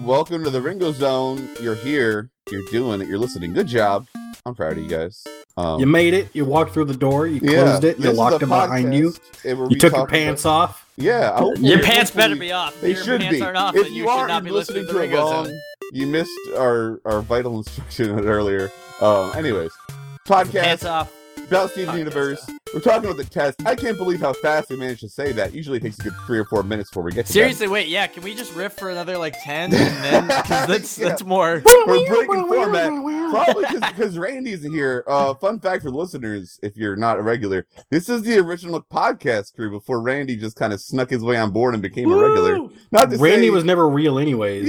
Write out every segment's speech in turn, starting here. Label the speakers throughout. Speaker 1: Welcome to the Ringo Zone. You're here. You're doing it. You're listening. Good job. I'm proud of you guys. Um,
Speaker 2: You made it. You walked through the door. You
Speaker 1: yeah,
Speaker 2: closed it.
Speaker 1: this
Speaker 2: You
Speaker 1: is
Speaker 2: locked
Speaker 1: a
Speaker 2: it behind you.
Speaker 1: podcast, and we're
Speaker 2: You took your
Speaker 1: talking about-
Speaker 2: pants off.
Speaker 1: Yeah, I hope-
Speaker 3: Your pants
Speaker 1: hopefully-
Speaker 3: better be off.
Speaker 1: They
Speaker 3: Your
Speaker 1: should
Speaker 3: pants
Speaker 1: be.
Speaker 3: aren't off,
Speaker 1: if
Speaker 3: then
Speaker 1: you,
Speaker 3: you should
Speaker 1: aren't
Speaker 3: not be
Speaker 1: listening
Speaker 3: listening
Speaker 1: to
Speaker 3: to the Ringo
Speaker 1: along,
Speaker 3: Zone.
Speaker 1: you missed our our vital instruction earlier. Um, anyways, podcast
Speaker 3: Pants off.
Speaker 1: about Steven
Speaker 3: Podcast,
Speaker 1: Universe. We're talking about the test. I can't believe how fast we managed to say that. Usually it takes a good three or four minutes before we get to
Speaker 3: Seriously, wait, yeah, can we just riff for another like ten and then 'cause that's
Speaker 1: Yeah.
Speaker 3: that's more
Speaker 1: that. We're breaking format. Probably because Randy's here. Uh, fun fact for listeners, if you're not a regular, this is the original podcast crew before Randy just kind of snuck his way on board and became a regular. Not to
Speaker 2: Randy
Speaker 1: say-
Speaker 2: was never real, anyways.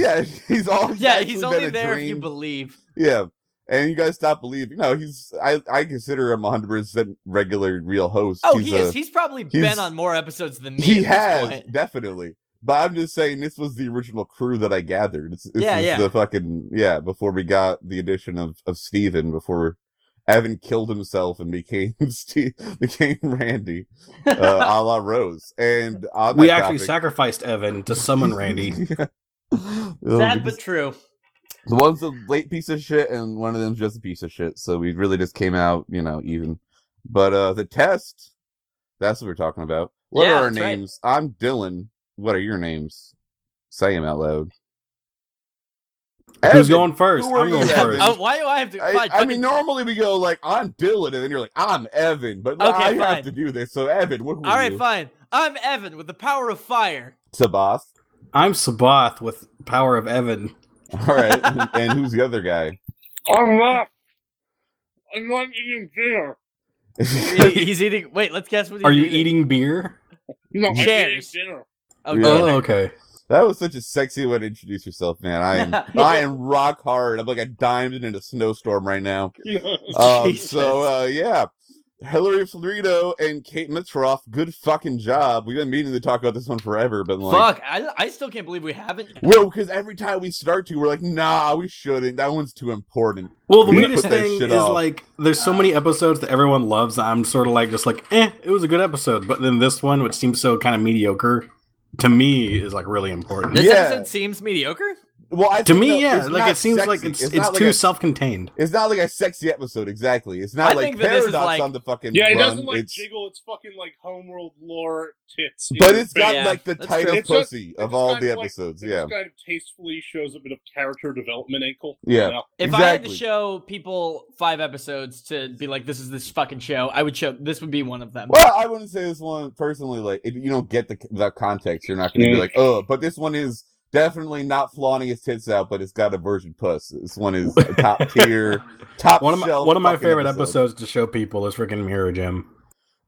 Speaker 1: Yeah, he's all
Speaker 3: Yeah,
Speaker 1: actually
Speaker 3: he's
Speaker 1: been
Speaker 3: only
Speaker 1: a
Speaker 3: there if you
Speaker 1: dream.
Speaker 3: believe.
Speaker 1: Yeah. And you guys stop believing. No, he's I I consider him 100% regular real host.
Speaker 3: Oh,
Speaker 1: he's
Speaker 3: he is.
Speaker 1: a-
Speaker 3: He's probably
Speaker 1: he's-
Speaker 3: been on more episodes than me.
Speaker 1: he
Speaker 3: at this
Speaker 1: has
Speaker 3: point.
Speaker 1: definitely. But I'm just saying this was the original crew that I gathered. This, this
Speaker 3: Yeah,
Speaker 1: is
Speaker 3: yeah.
Speaker 1: the fucking yeah, before we got the addition of of Steven before Evan killed himself and became Steve became Randy, uh, a la Rose. And on
Speaker 2: We
Speaker 1: that
Speaker 2: actually
Speaker 1: topic-
Speaker 2: sacrificed Evan to summon Randy.
Speaker 1: Oh,
Speaker 3: Sad
Speaker 1: because-
Speaker 3: but true.
Speaker 1: The one's a late piece of shit, and one of them's just a piece of shit. So we really just came out, you know, even. But uh the test, that's what we're talking about. What
Speaker 3: Yeah,
Speaker 1: are our
Speaker 3: that's right.
Speaker 1: names? I'm Dylan. What are your names? Say them out loud.
Speaker 2: Who's
Speaker 1: Evan.
Speaker 2: going first?
Speaker 1: who are
Speaker 2: I'm going
Speaker 1: you, Evan?
Speaker 2: first.
Speaker 3: Oh, why do I have to
Speaker 1: I,
Speaker 3: fine,
Speaker 1: I
Speaker 3: fucking-
Speaker 1: mean, normally we go like I'm Dylan, and then you're like I'm Evan, but
Speaker 3: Okay,
Speaker 1: I have
Speaker 3: fine.
Speaker 1: to do this. So Evan, what?
Speaker 3: All right, fine. I'm Evan with the power of fire.
Speaker 1: Sabath.
Speaker 2: I'm Sabath with power of Evan.
Speaker 1: All right, and who's the other guy?
Speaker 4: I'm not. I'm not eating dinner.
Speaker 3: He- He's eating. Wait, let's guess what he's
Speaker 2: Are you eating beer?
Speaker 4: No, I'm eating
Speaker 3: Chairs.
Speaker 4: dinner.
Speaker 3: Oh,
Speaker 1: Yeah.
Speaker 2: Oh,
Speaker 3: God.
Speaker 2: okay.
Speaker 1: That was such a sexy way to introduce yourself, man. I am I am rock hard. I'm like a diamond in a snowstorm right now.
Speaker 2: Oh,
Speaker 1: Um,
Speaker 3: Jesus.
Speaker 1: so uh, yeah, Hillary Florido and Kate Mitroff, good fucking job. We've been meaning to talk about this one forever, but like,
Speaker 3: Fuck! I, I still can't believe we haven't.
Speaker 1: well, because every time we start to, we're like, nah, we shouldn't. That one's too important.
Speaker 2: Well, the
Speaker 1: We
Speaker 2: weirdest
Speaker 1: put that
Speaker 2: thing
Speaker 1: shit
Speaker 2: is
Speaker 1: off.
Speaker 2: like there's so many episodes that everyone loves. That I'm sort of like just like, eh, it was a good episode. But then this one, which seems so kind of mediocre, to me is like really important.
Speaker 3: This
Speaker 1: Yeah.
Speaker 3: episode seems mediocre.
Speaker 1: Well, I
Speaker 2: To
Speaker 1: think,
Speaker 2: me,
Speaker 1: no,
Speaker 2: yeah,
Speaker 1: it's
Speaker 2: like
Speaker 1: not
Speaker 2: it seems like
Speaker 1: sexy.
Speaker 2: it's it's,
Speaker 1: not like
Speaker 2: too
Speaker 1: a-
Speaker 2: self-contained.
Speaker 1: It's not like a sexy episode, exactly. It's not
Speaker 3: I
Speaker 1: like
Speaker 3: think that this
Speaker 1: paradox
Speaker 3: is like-
Speaker 1: on the fucking
Speaker 4: Yeah, it
Speaker 1: run.
Speaker 4: doesn't like
Speaker 1: it's,
Speaker 4: jiggle. It's fucking like homeworld lore tits.
Speaker 1: but it's got
Speaker 3: Yeah,
Speaker 1: like the
Speaker 3: that's
Speaker 1: title
Speaker 4: true.
Speaker 1: of
Speaker 4: It's just-
Speaker 1: pussy
Speaker 4: it's
Speaker 1: of all
Speaker 4: kind
Speaker 1: the
Speaker 4: of like-
Speaker 1: episodes.
Speaker 4: It
Speaker 1: yeah,
Speaker 4: just kind of tastefully shows a bit of character development ankle.
Speaker 1: Yeah.
Speaker 4: You know?
Speaker 3: If I had to
Speaker 1: Exactly.
Speaker 3: show people five episodes to be like, this is this fucking show, I would show this would be one of them.
Speaker 1: Well, I wouldn't say this one personally. Like, if you don't get the the context, you're not going to be
Speaker 4: Mm.
Speaker 1: like, oh. But this one is definitely not flaunting his tits out, but it's got a virgin puss. This one is a top tier, top
Speaker 2: One of my
Speaker 1: shelf
Speaker 2: one of my
Speaker 1: fucking
Speaker 2: favorite
Speaker 1: episode.
Speaker 2: episodes to show people is freaking Mirror Gym.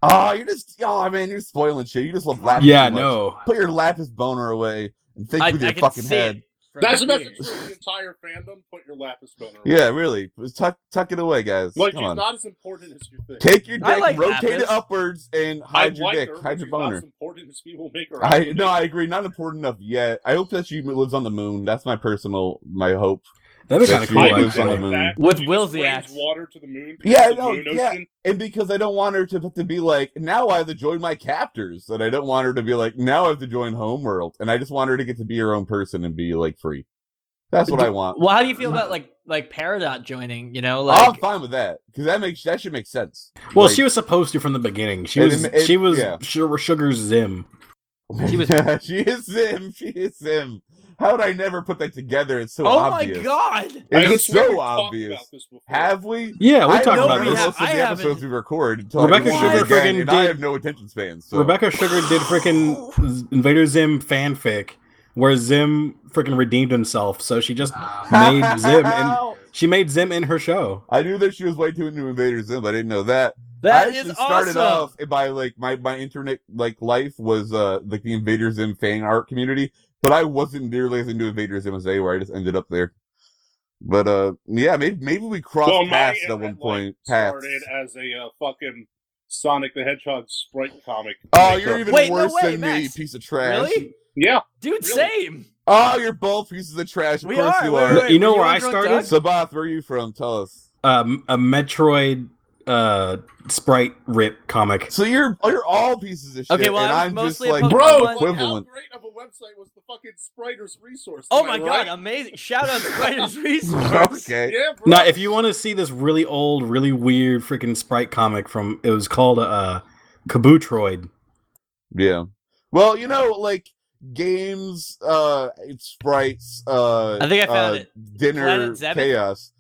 Speaker 1: Oh, you're just, oh man, you're spoiling shit. You just love laughing.
Speaker 2: Yeah,
Speaker 1: too much.
Speaker 2: no.
Speaker 1: Put your lapis boner away and think
Speaker 3: I,
Speaker 1: with
Speaker 3: I
Speaker 1: your
Speaker 3: can
Speaker 1: fucking
Speaker 3: see it
Speaker 1: head.
Speaker 3: from
Speaker 4: That's a
Speaker 3: here.
Speaker 4: message for the entire fandom. Put your lapis boner. away.
Speaker 1: Yeah, really. Just Tuck tuck it away, guys.
Speaker 4: Like
Speaker 1: Come
Speaker 4: it's
Speaker 1: on.
Speaker 4: not as important as you think.
Speaker 1: Take your
Speaker 3: I
Speaker 1: dick,
Speaker 3: like
Speaker 1: rotate it
Speaker 3: lapis.
Speaker 1: upwards, and
Speaker 4: I
Speaker 1: hide your
Speaker 4: like
Speaker 1: dick,
Speaker 4: her, but
Speaker 1: hide your
Speaker 4: she's
Speaker 1: boner.
Speaker 4: Not as important as people make her.
Speaker 1: I no, I agree. Not important enough yet. I hope that she lives on the moon. That's my personal, my hope.
Speaker 2: That'd
Speaker 1: That
Speaker 2: be kind of
Speaker 1: she
Speaker 2: cool.
Speaker 1: lives on
Speaker 2: actually.
Speaker 1: the moon.
Speaker 4: That
Speaker 3: With
Speaker 4: she
Speaker 3: Will's
Speaker 4: sprays
Speaker 3: axe.
Speaker 4: water to the moon.
Speaker 1: Yeah,
Speaker 4: to the
Speaker 1: no,
Speaker 4: moon
Speaker 1: yeah.
Speaker 4: ocean.
Speaker 1: And because I don't want her to, to be like, now I have to join my captors, and I don't want her to be like, now I have to join Homeworld, and I just want her to get to be her own person and be like free. That's what I want.
Speaker 3: Well, how do you feel about like like Peridot joining? You know,
Speaker 1: I'm
Speaker 3: like
Speaker 1: fine with that because that makes that should make sense.
Speaker 2: Well,
Speaker 1: Like-
Speaker 2: she was supposed to from the beginning. She
Speaker 1: It-
Speaker 2: was
Speaker 1: it-
Speaker 2: she was
Speaker 1: yeah.
Speaker 2: Su- Sugar's Zim.
Speaker 3: She was-
Speaker 1: she is him. She is him. How did I never put that together? It's so
Speaker 3: oh
Speaker 1: obvious.
Speaker 3: my god,
Speaker 4: I
Speaker 1: It's
Speaker 4: swear we've
Speaker 1: so
Speaker 4: talked
Speaker 1: obvious.
Speaker 4: about this before.
Speaker 1: Have we?
Speaker 2: Yeah, we
Speaker 1: I
Speaker 2: talked
Speaker 1: know
Speaker 2: about
Speaker 1: we
Speaker 3: this.
Speaker 1: Most of
Speaker 3: I
Speaker 1: the episodes
Speaker 3: haven't-
Speaker 1: we record until
Speaker 2: Rebecca
Speaker 1: everyone is
Speaker 3: Sugar
Speaker 1: again,
Speaker 2: friggin'
Speaker 1: and I
Speaker 2: did-
Speaker 1: have no attention span. So.
Speaker 2: Rebecca Sugar did freaking Invader Zim fanfic where Zim freaking redeemed himself. So she just made Zim and she made Zim in her show.
Speaker 1: I knew that she was way too into Invader Zim. but I didn't know that.
Speaker 3: that
Speaker 1: I actually
Speaker 3: is
Speaker 1: started
Speaker 3: awesome.
Speaker 1: off by like my my internet like life was uh like the Invader Zim fan art community, but I wasn't nearly as into Invader Zim as they were. I just ended up there. But uh, yeah, maybe maybe we crossed
Speaker 4: Well, my
Speaker 1: paths at
Speaker 4: internet
Speaker 1: one
Speaker 4: life
Speaker 1: point. Paths.
Speaker 4: Started as a uh, fucking Sonic the Hedgehog sprite comic. uh,
Speaker 1: Oh, you're even
Speaker 3: Wait, no
Speaker 1: worse
Speaker 3: way,
Speaker 1: than me,
Speaker 3: Max.
Speaker 1: piece of trash.
Speaker 3: Really?
Speaker 4: yeah.
Speaker 3: Dude,
Speaker 4: Really?
Speaker 3: same.
Speaker 1: Oh, you're both pieces of trash. Of
Speaker 3: We
Speaker 1: course
Speaker 3: are.
Speaker 1: you
Speaker 3: Wait,
Speaker 1: are.
Speaker 3: wait,
Speaker 2: You know
Speaker 3: were
Speaker 2: where
Speaker 3: on
Speaker 2: I
Speaker 3: Drunk
Speaker 2: started?
Speaker 3: Dogs?
Speaker 1: Sabath, where are you from? Tell us.
Speaker 2: Um, a Metroid uh sprite rip comic.
Speaker 1: So you're you're all pieces of shit.
Speaker 3: Okay, well,
Speaker 1: and
Speaker 3: I was
Speaker 1: I'm
Speaker 3: mostly
Speaker 1: just like
Speaker 3: a
Speaker 4: Bro,
Speaker 3: Pokemon-
Speaker 4: how
Speaker 1: equivalent.
Speaker 4: great of a website was the fucking Spriters resource?
Speaker 3: Oh
Speaker 4: Am I
Speaker 3: my
Speaker 4: right?
Speaker 3: god, amazing! Shout out to Writers Resource.
Speaker 1: okay.
Speaker 4: Yeah, bro.
Speaker 2: Now, if you want to see this really old, really weird freaking sprite comic from, it was called uh, Kabutroid.
Speaker 1: Yeah. Well, you know, like games, uh, sprites, uh,
Speaker 3: I think I found
Speaker 1: uh,
Speaker 3: it.
Speaker 1: Dinner
Speaker 3: Planet Zebeth?
Speaker 1: chaos.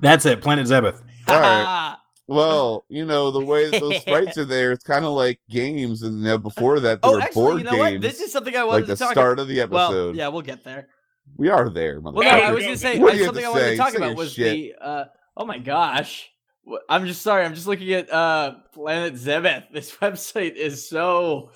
Speaker 2: That's it, Planet Zebeth.
Speaker 1: All right.
Speaker 3: Ah,
Speaker 1: Well, you know the way that those sprites are there, it's kind of like games, and then before that, they
Speaker 3: Oh,
Speaker 1: were
Speaker 3: actually,
Speaker 1: board
Speaker 3: you know
Speaker 1: games.
Speaker 3: what? This is something I wanted
Speaker 1: like the
Speaker 3: to talk
Speaker 1: start of the
Speaker 3: about.
Speaker 1: episode.
Speaker 3: Well, yeah, we'll get there.
Speaker 1: We are there, motherfucker.
Speaker 3: Well, no, I was
Speaker 4: Yeah.
Speaker 3: gonna say
Speaker 1: What do
Speaker 3: I-
Speaker 1: you have
Speaker 3: something
Speaker 1: to
Speaker 3: I wanted
Speaker 1: say?
Speaker 3: to talk
Speaker 1: Say your
Speaker 3: about was
Speaker 1: shit.
Speaker 3: the. Uh, oh my gosh, Wh- I'm just sorry. I'm just looking at uh, Planet Zebeth. This website is so.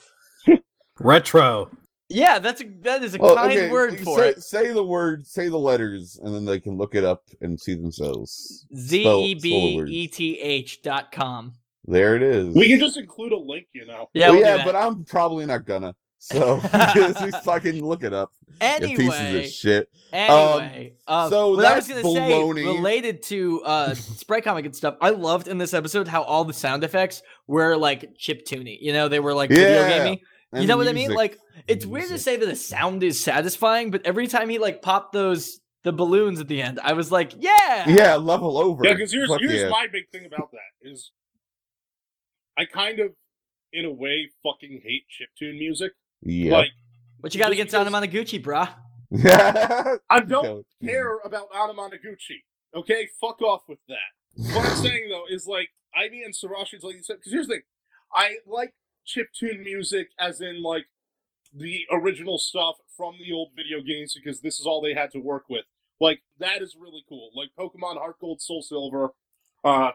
Speaker 2: Retro.
Speaker 3: Yeah, that's a that is a
Speaker 1: Well,
Speaker 3: kind
Speaker 1: okay,
Speaker 3: word
Speaker 1: say,
Speaker 3: for it.
Speaker 1: Say the word, say the letters, and then they can look it up and see themselves.
Speaker 3: Z e b e t h dot com.
Speaker 1: There it is.
Speaker 4: we can just include a link, you know.
Speaker 3: Yeah,
Speaker 1: Well,
Speaker 3: we'll do
Speaker 1: yeah,
Speaker 3: that.
Speaker 1: but I'm probably not gonna. So because we fucking look it up. you pieces
Speaker 3: anyway,
Speaker 1: of shit.
Speaker 3: Anyway,
Speaker 1: Um,
Speaker 3: um,
Speaker 1: so
Speaker 3: what I was
Speaker 1: that's
Speaker 3: gonna say
Speaker 1: baloney.
Speaker 3: related to uh, spray comic and stuff. I loved in this episode how all the sound effects were like chip tuny. You know, they were like video
Speaker 1: Yeah,
Speaker 3: gamey. You
Speaker 1: And
Speaker 3: know what I mean?
Speaker 1: music.
Speaker 3: Like it's weird to
Speaker 1: Music.
Speaker 3: say that the sound is satisfying, but every time he like popped those the balloons at the end, I was like, yeah,
Speaker 1: yeah, level over.
Speaker 4: Yeah, because here's
Speaker 1: Fuck
Speaker 4: here's
Speaker 1: yeah.
Speaker 4: my big thing about that is, I kind of, in a way, fucking hate chiptune music.
Speaker 1: yeah.
Speaker 4: Like
Speaker 3: But you got to
Speaker 4: Just
Speaker 3: get down to
Speaker 4: because-
Speaker 3: Monoguchi, bruh.
Speaker 4: I don't care about Anamanaguchi. Okay, fuck off with that. What I'm saying though is like I mean, and Sarashi's like you said. Because here's the thing, I like chiptune music, as in like the original stuff from the old video games, because this is all they had to work with. Like that is really cool. Like Pokemon Heart Gold, Soul Silver, uh,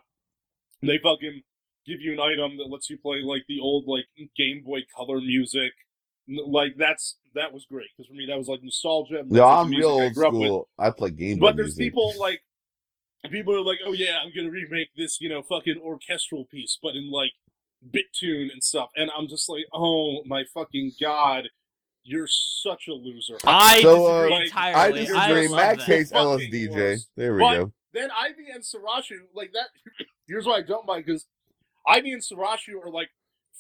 Speaker 4: they fucking give you an item that lets you play like the old like Game Boy Color music. N- Like that's that was great because for me that was like nostalgia. and
Speaker 1: No,
Speaker 4: that's, like, the
Speaker 1: I'm real
Speaker 4: music I
Speaker 1: old
Speaker 4: grew up with
Speaker 1: school. I play game. Boy
Speaker 4: but there's
Speaker 1: music.
Speaker 4: people like people are like, oh yeah, I'm gonna remake this, you know, fucking orchestral piece, but in like bit tune and stuff. And I'm just like, oh my fucking god, you're such a loser.
Speaker 3: I
Speaker 1: So, uh,
Speaker 3: disagree
Speaker 4: like,
Speaker 3: entirely.
Speaker 1: I
Speaker 4: I
Speaker 1: disagree.
Speaker 3: love
Speaker 1: Max
Speaker 3: that.
Speaker 1: hates
Speaker 4: Fucking
Speaker 1: LSDJ.
Speaker 4: worse.
Speaker 1: There we
Speaker 4: But-
Speaker 1: go.
Speaker 4: then Ivy and Sarashu, like that. Here's why I don't mind because Ivy and Sarashu are like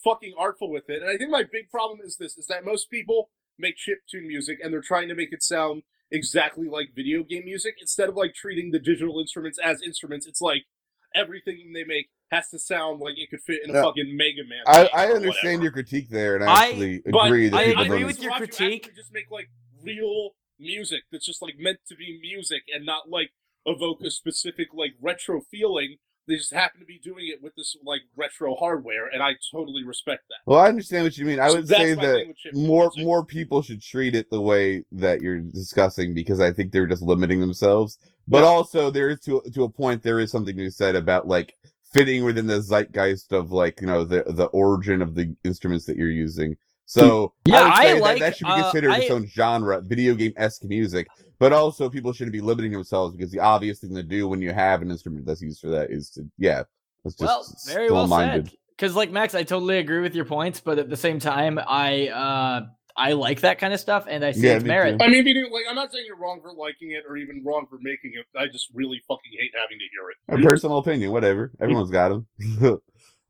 Speaker 4: fucking artful with it, and I think my big problem is this: is that most people make chiptune music and they're trying to make it sound exactly like video game music instead of like treating the digital instruments as instruments. It's like everything they make has to sound like it could fit in a
Speaker 1: No.
Speaker 4: fucking Mega Man.
Speaker 1: I,
Speaker 4: game
Speaker 1: I
Speaker 4: or
Speaker 1: understand
Speaker 4: whatever.
Speaker 1: your critique there, and I
Speaker 3: I-
Speaker 1: actually
Speaker 4: But
Speaker 1: agree that
Speaker 3: I
Speaker 1: people
Speaker 3: agree
Speaker 1: don't-
Speaker 3: with your
Speaker 4: Sriracha
Speaker 3: critique.
Speaker 4: actually Just make like real music that's just like meant to be music and not like evoke a specific like retro feeling. They just happen to be doing it with this like retro hardware, and I totally respect that.
Speaker 1: Well, I understand what you mean. I
Speaker 4: So
Speaker 1: would
Speaker 4: that's
Speaker 1: say
Speaker 4: my
Speaker 1: that
Speaker 4: thing with chiptune
Speaker 1: more
Speaker 4: music.
Speaker 1: more people should treat it the way that you're discussing because I think they're just limiting themselves. But
Speaker 4: Yeah.
Speaker 1: also, there is to to a point there is something to be said about like fitting within the zeitgeist of like you know the the origin of the instruments that you're using. So
Speaker 3: Yeah,
Speaker 1: would
Speaker 3: I
Speaker 1: say that,
Speaker 3: like,
Speaker 1: that should be
Speaker 3: uh,
Speaker 1: considered its
Speaker 3: I-
Speaker 1: own genre, video game esque music. But also, people shouldn't be limiting themselves because the obvious thing to do when you have an instrument that's used for that is to yeah, it's just
Speaker 3: well, very well
Speaker 1: small-minded.
Speaker 3: said. Because, like Max, I totally agree with your points, but at the same time, I uh, I like that kind of stuff, and I see
Speaker 1: Yeah,
Speaker 3: its
Speaker 1: me
Speaker 3: merit.
Speaker 1: too.
Speaker 4: I mean, if you do, like, I'm not saying you're wrong for liking it or even wrong for making it. I just really fucking hate having to hear it.
Speaker 1: A personal opinion, whatever. Everyone's got them.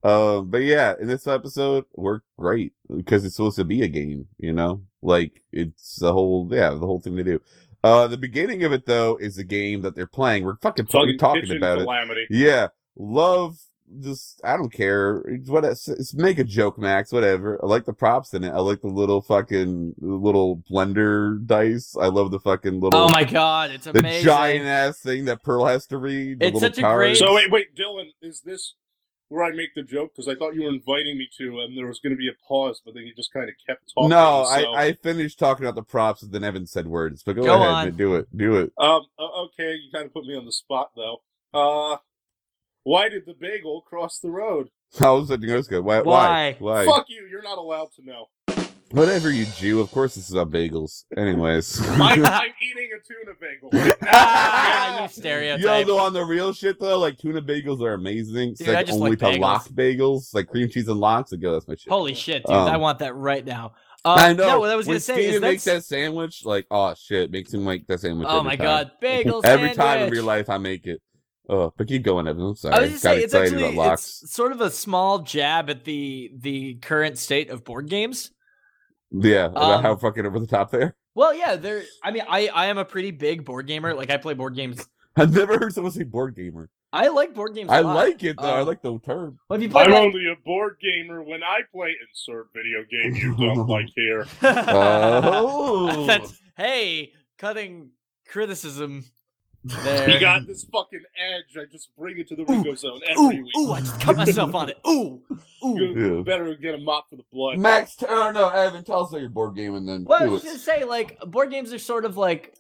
Speaker 1: um, but yeah, in this episode worked great because it's supposed to be a game, you know? Like it's the whole yeah, the whole thing they do. Uh the beginning of it though is the game that they're playing. We're fucking, fucking
Speaker 4: Fucking
Speaker 1: talking
Speaker 4: kitchen
Speaker 1: about it.
Speaker 4: calamity.
Speaker 1: Yeah. Love just I don't care. It's what it's, it's make a joke, Max, whatever. I like the props in it. I like the little fucking little blender dice. I love the fucking little
Speaker 3: Oh my god, it's
Speaker 1: the
Speaker 3: amazing.
Speaker 1: giant ass thing that Pearl has to read. the
Speaker 3: It's
Speaker 1: little
Speaker 3: such a
Speaker 1: cards.
Speaker 3: great-
Speaker 4: So wait, wait, Dylan, is this where I make the joke? Because I thought you were inviting me to, and there was going to be a pause, but then you just kind of kept talking.
Speaker 1: No,
Speaker 4: so-
Speaker 1: I, I finished talking about the props and then Evan said words. But go,
Speaker 3: Go
Speaker 1: ahead,
Speaker 3: on.
Speaker 1: man, do it, do it.
Speaker 4: Um, o- okay, you kind of put me on the spot though. Uh, why did the bagel cross the road?
Speaker 1: How was that Nurse go? Why, why? Why?
Speaker 4: Fuck you! You're not allowed to know.
Speaker 1: Whatever you Jew. Of course, this is about bagels. Anyways,
Speaker 4: I, I'm eating a tuna bagel. right now.
Speaker 3: ah, you
Speaker 1: you
Speaker 3: stereotype.
Speaker 1: know, though, on the real shit though, like tuna bagels are amazing. It's
Speaker 3: Dude,
Speaker 1: like
Speaker 3: I just
Speaker 1: only
Speaker 3: like
Speaker 1: to
Speaker 3: bagels.
Speaker 1: lock bagels, like cream cheese and lox. Like, go, that's my shit.
Speaker 3: Holy shit, dude!
Speaker 1: Um,
Speaker 3: I want that right now. Uh,
Speaker 1: I know.
Speaker 3: No, what I was
Speaker 1: when
Speaker 3: gonna say
Speaker 1: Steven
Speaker 3: is
Speaker 1: makes
Speaker 3: that's.
Speaker 1: that sandwich, like, oh shit, makes him make that sandwich.
Speaker 3: oh
Speaker 1: every
Speaker 3: my
Speaker 1: time.
Speaker 3: god, bagel
Speaker 1: every time in
Speaker 3: sandwich.
Speaker 1: real life, I make it. Oh, but keep going, Evan. I'm sorry.
Speaker 3: I was just
Speaker 1: Got
Speaker 3: saying, it's
Speaker 1: excited
Speaker 3: actually
Speaker 1: about locks.
Speaker 3: it's sort of a small jab at the the current state of board games.
Speaker 1: Yeah, about
Speaker 3: um,
Speaker 1: how fucking over the top there.
Speaker 3: Well, yeah, there. I mean, I I am a pretty big board gamer. Like, I play board games.
Speaker 1: I've never heard someone say board gamer.
Speaker 3: I like board games. I
Speaker 1: I like it though. I
Speaker 3: Um,
Speaker 1: like the term.
Speaker 3: Well, if you play
Speaker 4: I'm
Speaker 3: that-
Speaker 4: only a board gamer when I play insert video game you don't like here.
Speaker 1: Oh,
Speaker 3: That's hey, cutting criticism. There.
Speaker 4: You got this fucking edge. I just bring it to the Rico zone every
Speaker 3: ooh,
Speaker 4: week.
Speaker 3: ooh, I just cut myself on it. Ooh, ooh.
Speaker 4: You
Speaker 1: Yeah.
Speaker 4: better get a mop for the blood.
Speaker 1: Max Turner, no, Evan, tell us about your board game and then
Speaker 3: Well, I
Speaker 1: do
Speaker 3: was
Speaker 1: it.
Speaker 3: just gonna say, like, board games are sort of like,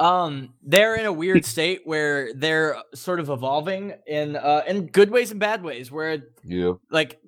Speaker 3: um, they're in a weird state where they're sort of evolving in uh in good ways and bad ways. Where
Speaker 1: Yeah.
Speaker 3: like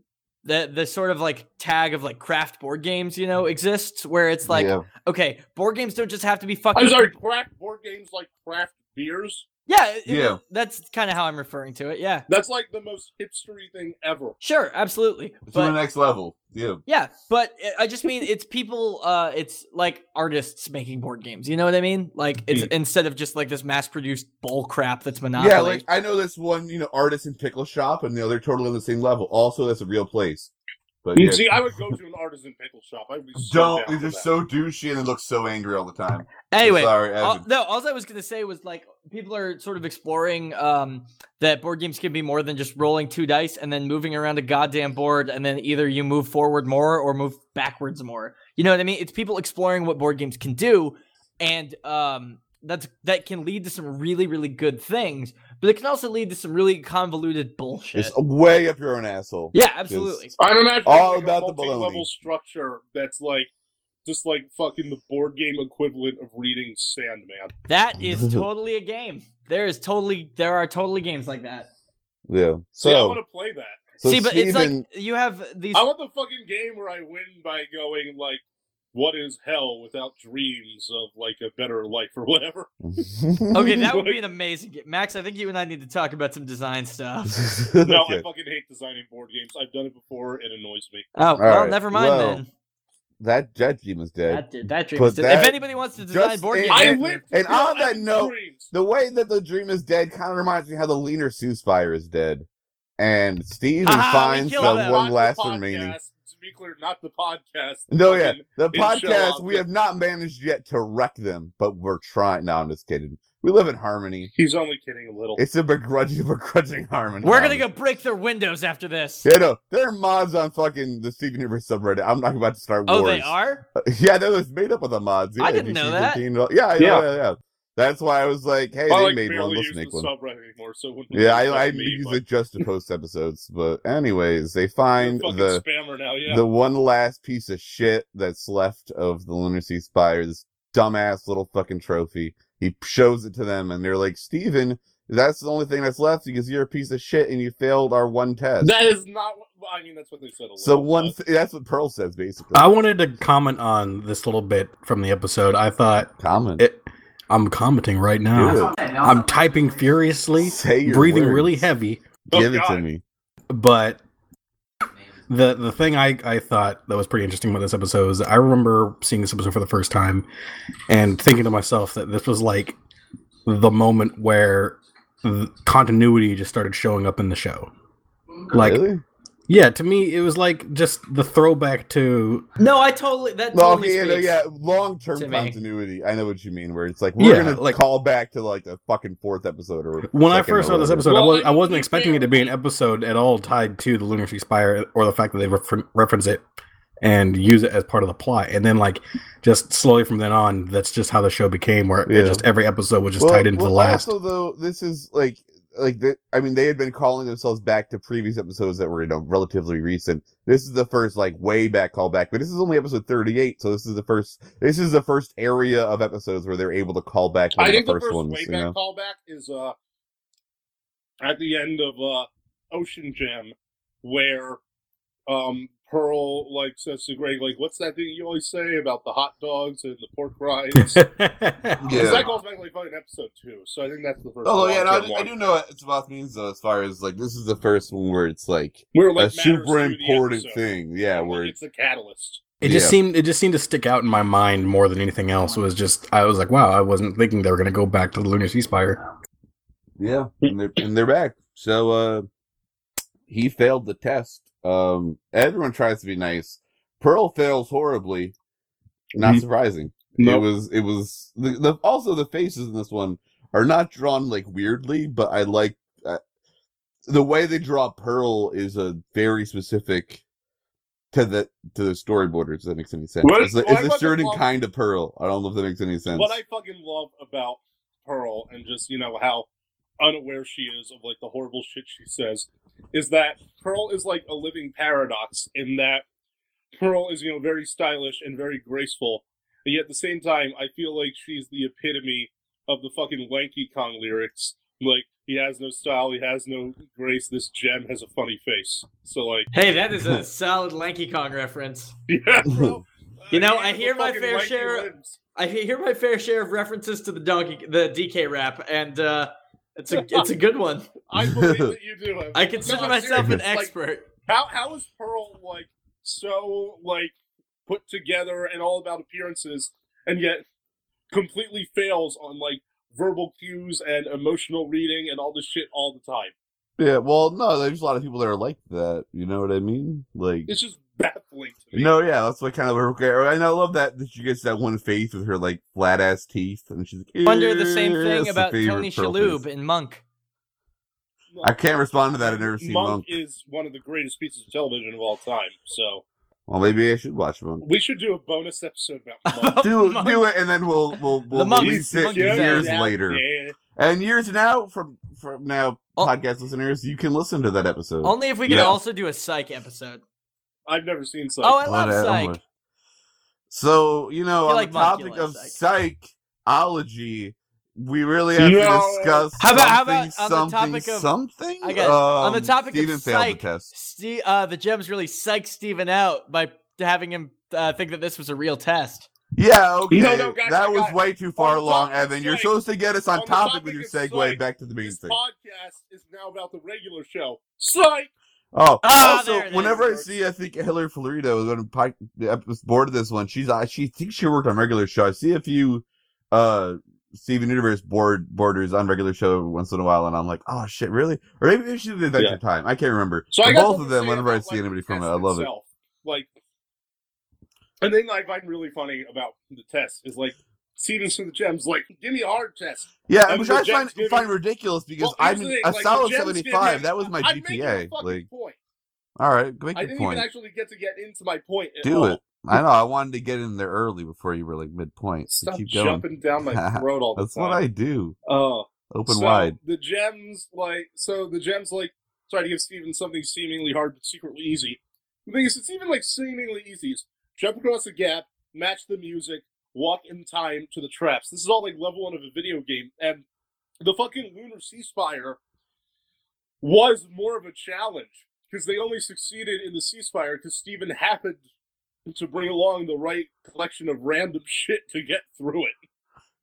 Speaker 3: the the sort of like tag of like craft board games, you know, exists where it's like,
Speaker 1: yeah.
Speaker 3: okay, board games don't just have to be
Speaker 4: I'm
Speaker 3: fucking.
Speaker 4: sorry, craft board games like craft beers.
Speaker 3: Yeah, it- it-
Speaker 1: Yeah.
Speaker 3: That's kind of how I'm referring to it. Yeah,
Speaker 4: That's like the most hipstery thing ever.
Speaker 3: sure, absolutely.
Speaker 1: to
Speaker 3: But
Speaker 1: the next level. Yeah.
Speaker 3: Yeah, but I- I just mean it's people. Uh, it's like artists making board games. You know what I mean? Like it's
Speaker 2: Mm.
Speaker 3: instead of just like this mass-produced bull crap that's monopoly.
Speaker 1: Yeah, like I know this one, you know, artist in pickle shop, and you know they're totally on the same level. Also, that's a real place. But Oh, yeah,
Speaker 4: See, I would go to an artisan pickle shop. I would be so
Speaker 1: don't.
Speaker 4: down
Speaker 1: They're
Speaker 4: for
Speaker 1: just
Speaker 4: that.
Speaker 1: so douchey and they look so angry all the time.
Speaker 3: anyway,
Speaker 1: sorry, Evan.
Speaker 3: all, no. All I was gonna say was like people are sort of exploring um, that board games can be more than just rolling two dice and then moving around a goddamn board, and then either you move forward more or move backwards more. You know what I mean? It's people exploring what board games can do, and um, that's that can lead to some really really good things, but it can also lead to some really convoluted bullshit.
Speaker 1: Just way up your own asshole.
Speaker 3: Yeah, absolutely.
Speaker 4: I'm imagining
Speaker 1: All
Speaker 4: like
Speaker 1: about
Speaker 4: a
Speaker 1: the baloney.
Speaker 4: multi-level structure that's like just like fucking the board game equivalent of reading Sandman.
Speaker 3: That is totally a game. There is totally there are totally games like that.
Speaker 1: Yeah.
Speaker 4: See, I
Speaker 1: So,
Speaker 4: want to play that.
Speaker 1: so
Speaker 3: See, but it's
Speaker 1: Steven-
Speaker 3: like you have these
Speaker 4: I want the fucking game where I win by going like, "What is hell without dreams of like a better life or whatever?"
Speaker 3: Okay, that would be an amazing game. Max, I think you and I need to talk about some design stuff.
Speaker 4: No,
Speaker 1: Okay.
Speaker 4: I fucking hate designing board games. I've done it before. It annoys me.
Speaker 3: Oh, well,
Speaker 1: right,
Speaker 3: never mind
Speaker 1: well,
Speaker 3: then.
Speaker 1: that jet team is dead.
Speaker 3: That, did- that dream
Speaker 1: But
Speaker 3: is dead.
Speaker 1: that-
Speaker 3: If anybody wants to design
Speaker 1: just
Speaker 3: board
Speaker 1: in-
Speaker 3: games,
Speaker 4: I
Speaker 1: and-
Speaker 4: lived.
Speaker 1: and
Speaker 4: through
Speaker 1: on that
Speaker 4: Adam's
Speaker 1: note-
Speaker 4: dreams.
Speaker 1: the way that the dream is dead kind of reminds me how the leaner Seuss fire is dead. And Steven
Speaker 3: Ah, we
Speaker 1: finds the
Speaker 3: killed him.
Speaker 1: one
Speaker 4: Not
Speaker 1: last
Speaker 4: the podcast,
Speaker 1: remaining.
Speaker 4: To be clear, not the podcast.
Speaker 1: No, yeah.
Speaker 4: Fucking-
Speaker 1: The
Speaker 4: Didn't show
Speaker 1: podcast,
Speaker 4: up.
Speaker 1: we have not managed yet to wreck them, but we're trying. No, I'm just kidding. We live in harmony.
Speaker 4: He's only kidding a little.
Speaker 1: It's a begrudging, begrudging harmony.
Speaker 3: we're gonna go break their windows after this.
Speaker 1: Yeah, no, there are mods on fucking the Steven Universe subreddit. I'm not about to start wars. Uh,
Speaker 3: oh, they are?
Speaker 1: Yeah, that was made up of the mods. Yeah,
Speaker 3: I didn't know that.
Speaker 1: GC13. Yeah, I- yeah,
Speaker 4: Yeah.
Speaker 1: yeah, yeah. That's why I was like, hey,
Speaker 4: I
Speaker 1: they
Speaker 4: like
Speaker 1: made one.
Speaker 4: barely
Speaker 1: Let's
Speaker 4: use
Speaker 1: make
Speaker 4: the
Speaker 1: one.
Speaker 4: subreddit anymore. So when
Speaker 1: Yeah, I, I
Speaker 4: me,
Speaker 1: use
Speaker 4: but
Speaker 1: it just to post episodes. But anyways, they
Speaker 4: I'm a
Speaker 1: find
Speaker 4: fucking
Speaker 1: the
Speaker 4: spammer now. Yeah,
Speaker 1: the one last piece of shit that's left of the Lunar Sea Spire, this dumbass little fucking trophy. He shows it to them, and they're like, Steven, that's the only thing that's left because you're a piece of shit and you failed our one test.
Speaker 4: that is not. what- well, I mean, that's what they said. A
Speaker 1: so
Speaker 4: lot,
Speaker 1: one,
Speaker 4: but-
Speaker 1: th- that's what Pearl says basically.
Speaker 2: I wanted to comment on this little bit from the episode. I thought
Speaker 1: Comment.
Speaker 2: it. I'm commenting right
Speaker 1: Do
Speaker 2: now.
Speaker 1: it.
Speaker 2: I'm typing furiously,
Speaker 1: Say your
Speaker 2: breathing
Speaker 1: words.
Speaker 2: really heavy.
Speaker 4: Oh,
Speaker 1: Give it to
Speaker 4: God.
Speaker 1: me.
Speaker 2: But the the thing I, I thought that was pretty interesting about this episode is I remember seeing this episode for the first time and thinking to myself that this was like the moment where the continuity just started showing up in the show. Like,
Speaker 1: really?
Speaker 2: yeah, to me it was like just the throwback to
Speaker 3: No, I totally that
Speaker 1: Well, okay,
Speaker 3: totally
Speaker 1: yeah, no,
Speaker 3: speaks.
Speaker 1: yeah, long term
Speaker 3: to me.
Speaker 1: continuity. I know what you mean. Where it's like we're
Speaker 2: Yeah,
Speaker 1: gonna
Speaker 2: like-
Speaker 1: call back to like the fucking fourth episode or
Speaker 2: When I
Speaker 1: second
Speaker 2: first
Speaker 1: or
Speaker 2: saw this
Speaker 1: whatever.
Speaker 2: episode, I,
Speaker 4: Well,
Speaker 2: was,
Speaker 4: I
Speaker 2: I wasn't
Speaker 4: mean,
Speaker 2: expecting it to be an episode at all tied to the Lunar Sea Spire or the fact that they refer- reference it and use it as part of the plot. And then, like, just slowly from then on, that's just how the show became, where it
Speaker 1: Yeah.
Speaker 2: just every episode was just tied into the last.
Speaker 1: Also, though, this is like like the, I mean, they had been calling themselves back to previous episodes that were you know relatively recent. This is the first like way back callback, but this is only episode thirty eight, so this is the first this is the first area of episodes where they're able to call back one
Speaker 4: I
Speaker 1: of the
Speaker 4: think the
Speaker 1: first
Speaker 4: first
Speaker 1: ones.
Speaker 4: way
Speaker 1: You
Speaker 4: back
Speaker 1: know?
Speaker 4: callback is uh at the end of uh Ocean Gem, where um Pearl like says to Greg like, "What's that thing you always say about the hot dogs and the pork rinds?"
Speaker 1: Yeah.
Speaker 4: Because that goes back like fucking episode two, so I think that's the first.
Speaker 1: Although, Oh, yeah, no, I,
Speaker 4: long-term
Speaker 1: do, I
Speaker 4: one.
Speaker 1: do know what Tabas means though, as far as like this is the first one where it's like
Speaker 4: We're like
Speaker 1: a super
Speaker 4: matters through the
Speaker 1: important
Speaker 4: episode.
Speaker 1: thing. Yeah,
Speaker 4: Like,
Speaker 1: where
Speaker 4: it's the catalyst.
Speaker 2: it just
Speaker 1: Yeah.
Speaker 2: seemed it just seemed to stick out in my mind more than anything else. It was just I was like, wow, I wasn't thinking they were going to go back to the Lunar Sea Spire.
Speaker 1: Yeah, and they're and they're back. So uh, he failed the test. Um, everyone tries to be nice. Pearl fails horribly. Not
Speaker 2: Mhm.
Speaker 1: surprising. It
Speaker 2: Nope.
Speaker 1: was it was the, the also the faces in this one are not drawn like weirdly, but I like uh, the way they draw Pearl is a very specific to the to the storyboarders. If that makes any sense.
Speaker 4: What-
Speaker 1: it's a,
Speaker 4: well, I
Speaker 1: it's a
Speaker 4: wasn't
Speaker 1: certain
Speaker 4: wrong.
Speaker 1: kind of Pearl. I don't know if that makes any sense.
Speaker 4: What I fucking love about Pearl and just, you know, how unaware she is of like the horrible shit she says is that Pearl is like a living paradox in that Pearl is, you know, very stylish and very graceful. And yet at the same time, I feel like she's the epitome of the fucking Lanky Kong lyrics. Like, he has no style, he has no grace, this gem has a funny face. So, like,
Speaker 3: Hey, that is a solid Lanky Kong reference.
Speaker 4: yeah, bro.
Speaker 3: You know,
Speaker 4: He
Speaker 3: I
Speaker 4: has the
Speaker 3: hear my
Speaker 4: fucking
Speaker 3: fair
Speaker 4: lanky
Speaker 3: share-
Speaker 4: limbs.
Speaker 3: I hear my fair share of references to the donkey, the DK rap, and uh, it's a it's a good one.
Speaker 4: I believe that you do.
Speaker 3: I consider
Speaker 4: No, I'm
Speaker 3: myself an
Speaker 4: serious. Like,
Speaker 3: expert.
Speaker 4: How how is Pearl like so like put together and all about appearances and yet completely fails on like verbal cues and emotional reading and all this shit all the time.
Speaker 1: Yeah, well, no, there's a lot of people that are like that. You know what I mean? Like,
Speaker 4: It's just baffling to me.
Speaker 1: no, yeah, that's what kind of her. And I love that that she gets that one face with her like flat ass teeth, and she's like,
Speaker 3: Wonder the same
Speaker 1: "Eh,
Speaker 3: thing
Speaker 1: it's the
Speaker 3: about
Speaker 1: favorite
Speaker 3: Tony
Speaker 1: Pearl
Speaker 3: Shalhoub
Speaker 1: face."
Speaker 3: in Monk.
Speaker 1: I can't respond to that. I've never seen
Speaker 4: Monk,
Speaker 1: Monk.
Speaker 4: is one of the greatest pieces of television of all time. So
Speaker 1: Well, maybe I should watch Monk.
Speaker 4: we should do a bonus episode about Monk.
Speaker 1: Do
Speaker 3: Monk.
Speaker 1: do it, and then we'll we'll we'll
Speaker 3: Monk-
Speaker 1: release
Speaker 3: the
Speaker 1: it
Speaker 3: Monk is
Speaker 1: years
Speaker 3: out.
Speaker 1: later.
Speaker 4: Yeah.
Speaker 1: And years now from from now,
Speaker 3: Oh.
Speaker 1: podcast listeners, you can listen to that episode.
Speaker 3: Only if we could
Speaker 1: Yeah.
Speaker 3: also do a Psych episode.
Speaker 4: I've never seen such.
Speaker 3: oh, I love
Speaker 1: What a- oh
Speaker 3: Psych.
Speaker 1: my- So you know,
Speaker 3: You
Speaker 1: on
Speaker 3: like
Speaker 1: the
Speaker 3: monkey,
Speaker 1: topic
Speaker 3: you
Speaker 1: of
Speaker 3: like
Speaker 1: psychology, we really have
Speaker 4: No.
Speaker 1: to discuss
Speaker 3: How about- how
Speaker 1: something,
Speaker 3: about on the
Speaker 1: something,
Speaker 3: topic of-
Speaker 1: something.
Speaker 3: I got it. On
Speaker 1: Um,
Speaker 3: the topic of
Speaker 1: Steven failed
Speaker 3: psych-
Speaker 1: the test.
Speaker 3: Ste uh, the gems really psyched Steven out by having him uh, think that this was a real test.
Speaker 1: Yeah, okay,
Speaker 4: No, no, guys, I
Speaker 1: that was
Speaker 4: got it.
Speaker 1: way too far
Speaker 4: the
Speaker 1: along,
Speaker 4: topic of
Speaker 1: Evan. You're
Speaker 4: psych-
Speaker 1: supposed to get us on,
Speaker 4: on the
Speaker 1: topic with
Speaker 4: topic
Speaker 1: your
Speaker 4: of
Speaker 1: segue
Speaker 4: psych,
Speaker 1: back to the main
Speaker 4: This
Speaker 1: thing.
Speaker 4: podcast is now about the regular show. Psych.
Speaker 1: Oh,
Speaker 3: Ah,
Speaker 1: also,
Speaker 3: there it
Speaker 1: whenever I
Speaker 4: is.
Speaker 1: see, I think Hillary Florido was going to the ep- was bored of this one. She's I she thinks she worked on regular show. I see a few uh Steven Universe board borders on regular show every once in a while, and I'm like, oh shit, really? Or maybe maybe she did Adventure
Speaker 4: Yeah.
Speaker 1: Time. I can't remember.
Speaker 4: So I
Speaker 1: But
Speaker 4: got
Speaker 1: both
Speaker 4: something
Speaker 1: of
Speaker 4: to
Speaker 1: them,
Speaker 4: say
Speaker 1: whenever I
Speaker 4: about,
Speaker 1: see
Speaker 4: like,
Speaker 1: anybody
Speaker 4: the
Speaker 1: from it,
Speaker 4: test
Speaker 1: I love it.
Speaker 4: itself. Like, and then I find really funny about the test is like Stevens from the Gems, like, give me a hard test.
Speaker 1: Yeah,
Speaker 4: And
Speaker 1: which
Speaker 4: the
Speaker 1: I find
Speaker 4: Gems give
Speaker 1: find
Speaker 4: him-
Speaker 1: ridiculous because
Speaker 4: Well,
Speaker 1: I'm
Speaker 4: here's the thing,
Speaker 1: a
Speaker 4: like, the
Speaker 1: solid
Speaker 4: Gems give
Speaker 1: 75.
Speaker 4: him-
Speaker 1: That was my
Speaker 4: I'm making a
Speaker 1: GPA.
Speaker 4: fucking
Speaker 1: Like,
Speaker 4: point.
Speaker 1: all right, make
Speaker 4: I
Speaker 1: your
Speaker 4: didn't
Speaker 1: point.
Speaker 4: even actually get to get into my point. At
Speaker 1: Do
Speaker 4: all.
Speaker 1: it. I know. I wanted to get in there early before you were like midpoint. So
Speaker 4: Stop
Speaker 1: keep going.
Speaker 4: jumping down my throat all the
Speaker 1: That's
Speaker 4: time.
Speaker 1: what I do.
Speaker 4: Oh.
Speaker 1: Open
Speaker 4: so
Speaker 1: wide.
Speaker 4: The gems, like, so the gems, like, try to give Steven something seemingly hard but secretly easy. The thing is, it's even like seemingly easy. It's jump across the gap, match the music, walk in time to the traps. This is all like level one of a video game, and the fucking lunar ceasefire was more of a challenge because they only succeeded in the ceasefire because Steven happened to bring along the right collection of random shit to get through it.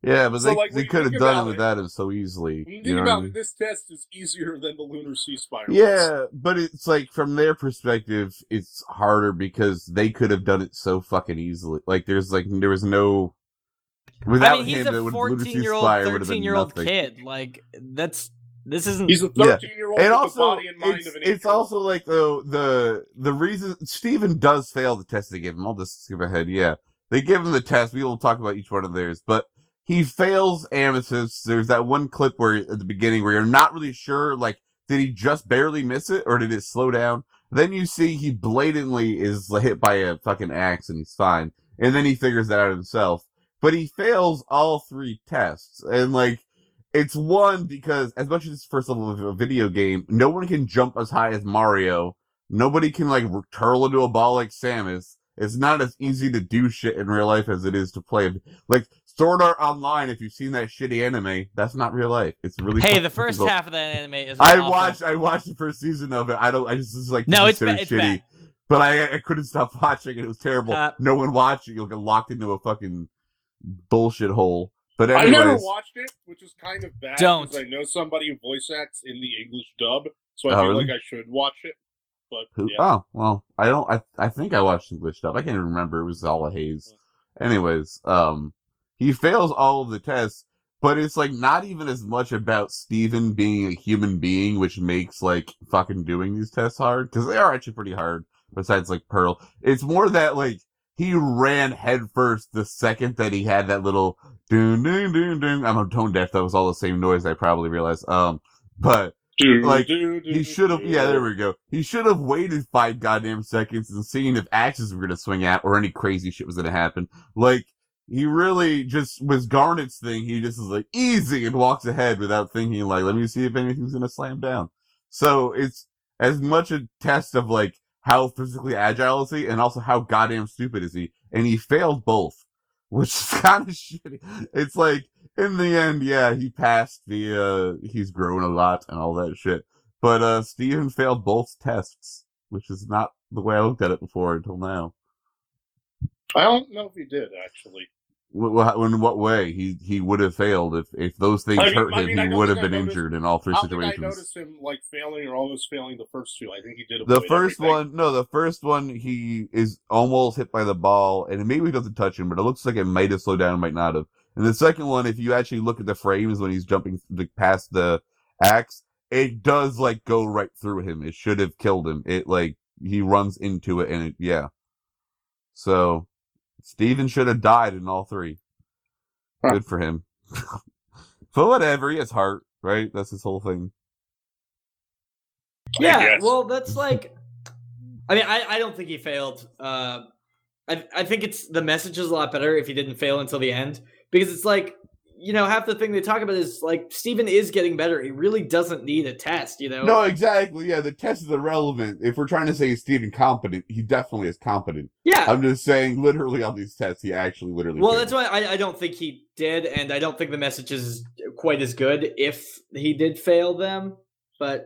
Speaker 1: Yeah, but
Speaker 4: So,
Speaker 1: they,
Speaker 4: like,
Speaker 1: they
Speaker 4: when you
Speaker 1: could have
Speaker 4: think
Speaker 1: done
Speaker 4: about
Speaker 1: it without him so easily.
Speaker 4: Think
Speaker 1: you know what I
Speaker 4: about
Speaker 1: mean?
Speaker 4: it, this test is easier than the lunar ceasefire. was.
Speaker 1: Yeah, but it's like from their perspective, it's harder because they could have done it so fucking easily. Like there's like there was no without
Speaker 3: I mean, he's
Speaker 1: him, it
Speaker 3: a
Speaker 1: would Lunacy
Speaker 3: fourteen-year-old,
Speaker 1: Spire would have been
Speaker 3: thirteen-year-old
Speaker 1: nothing.
Speaker 3: kid. Like that's this isn't.
Speaker 4: He's a
Speaker 1: Yeah.
Speaker 4: 13 year old with
Speaker 1: And also,
Speaker 4: the body and mind
Speaker 1: it's,
Speaker 4: of an
Speaker 1: it's
Speaker 4: eight-year-old.
Speaker 1: also like though the the reason Steven does fail the test they give him. I'll just skip ahead. Yeah, they give him the test. We will talk about each one of theirs, but he fails Amethyst. There's that one clip where at the beginning where you're not really sure, like, did he just barely miss it or did it slow down? Then you see he blatantly is hit by a fucking axe and he's fine, and then he figures that out himself. But he fails all three tests, and like it's one because as much as it's first level of a video game, no one can jump as high as Mario. Nobody can like r- turtle into a ball like Samus. It's not as easy to do shit in real life as it is to play. Like Sword Art Online, if you've seen that shitty anime, that's not real life. It's really
Speaker 3: hey,
Speaker 1: fucking
Speaker 3: the first
Speaker 1: difficult.
Speaker 3: half of that anime is.
Speaker 1: I
Speaker 3: awful.
Speaker 1: watched. I watched the first season of it. I don't. I just it's like
Speaker 3: No,
Speaker 1: this
Speaker 3: it's
Speaker 1: is so
Speaker 3: bad. It's bad.
Speaker 1: But I, I couldn't stop watching. it. It was terrible.
Speaker 3: Uh,
Speaker 1: no one watching. You'll get locked into a fucking bullshit hole. But
Speaker 4: I
Speaker 1: anyways,
Speaker 4: never watched it, which is kind of bad.
Speaker 3: Don't.
Speaker 4: 'cause I know somebody who voice acts in the English dub, so I
Speaker 1: Oh,
Speaker 4: feel
Speaker 1: really?
Speaker 4: like I should watch it. But
Speaker 1: Who?
Speaker 4: yeah.
Speaker 1: Oh, well, I don't. I I think I watched some glitched up. I can't even remember. It was all a haze. Anyways, um, he fails all of the tests, But it's like not even as much about Steven being a human being, which makes like fucking doing these tests hard because they are actually pretty hard. Besides like Pearl, it's more that like he ran headfirst the second that he had that little doon doon doon doon. I'm tone deaf. That was all the same noise. I probably realized. Um, but Like, he should have. Yeah, there we go. He should have waited five goddamn seconds and seen if axes were gonna swing out or any crazy shit was gonna happen. Like he really just was Garnet's thing. He just is like easy and walks ahead without thinking. Like, let me see if anything's gonna slam down. So it's as much a test of like how physically agile is he, and also how goddamn stupid is he. And he failed both, which is kind of shitty. It's like in the end, yeah, he passed the uh he's grown a lot and all that shit. But uh Steven failed both tests, which is not the way I looked at it before until now.
Speaker 4: I don't know if he did actually.
Speaker 1: Wh- wh- In what way he he would have failed if if those things
Speaker 4: I mean-
Speaker 1: hurt
Speaker 4: I
Speaker 1: him,
Speaker 4: mean, I
Speaker 1: he
Speaker 4: don't
Speaker 1: would have
Speaker 4: think I
Speaker 1: been
Speaker 4: noticed-
Speaker 1: injured in all three
Speaker 4: I don't think I
Speaker 1: situations.
Speaker 4: noticed him like failing or almost failing the first two. I think he did.
Speaker 1: The
Speaker 4: avoid
Speaker 1: first
Speaker 4: everything.
Speaker 1: one, no, the first one, he is almost hit by the ball, and maybe it doesn't touch him, but it looks like it might have slowed down, might not have. And the second one, if you actually look at the frames when he's jumping like, past the axe, it does like go right through him. It should have killed him. It like he runs into it, and it yeah. So Steven should have died in all three.
Speaker 4: Huh.
Speaker 1: Good for him. but whatever, he has heart, right? That's his whole thing.
Speaker 4: I
Speaker 3: Yeah,
Speaker 4: guess.
Speaker 3: well, that's like, I mean, I, I don't think he failed. Uh, I I think it's the message is a lot better if he didn't fail until the end because it's like you know half the thing they talk about is like Steven is getting better. He really doesn't need a test, you know.
Speaker 1: No, exactly. Yeah, the test is irrelevant. If we're trying to say he's Steven competent, he definitely is competent.
Speaker 3: yeah.
Speaker 1: I'm just saying, literally on these tests, he actually literally.
Speaker 3: well,
Speaker 1: failed.
Speaker 3: that's why I, I don't think he did, and I don't think the message is quite as good if he did fail them. But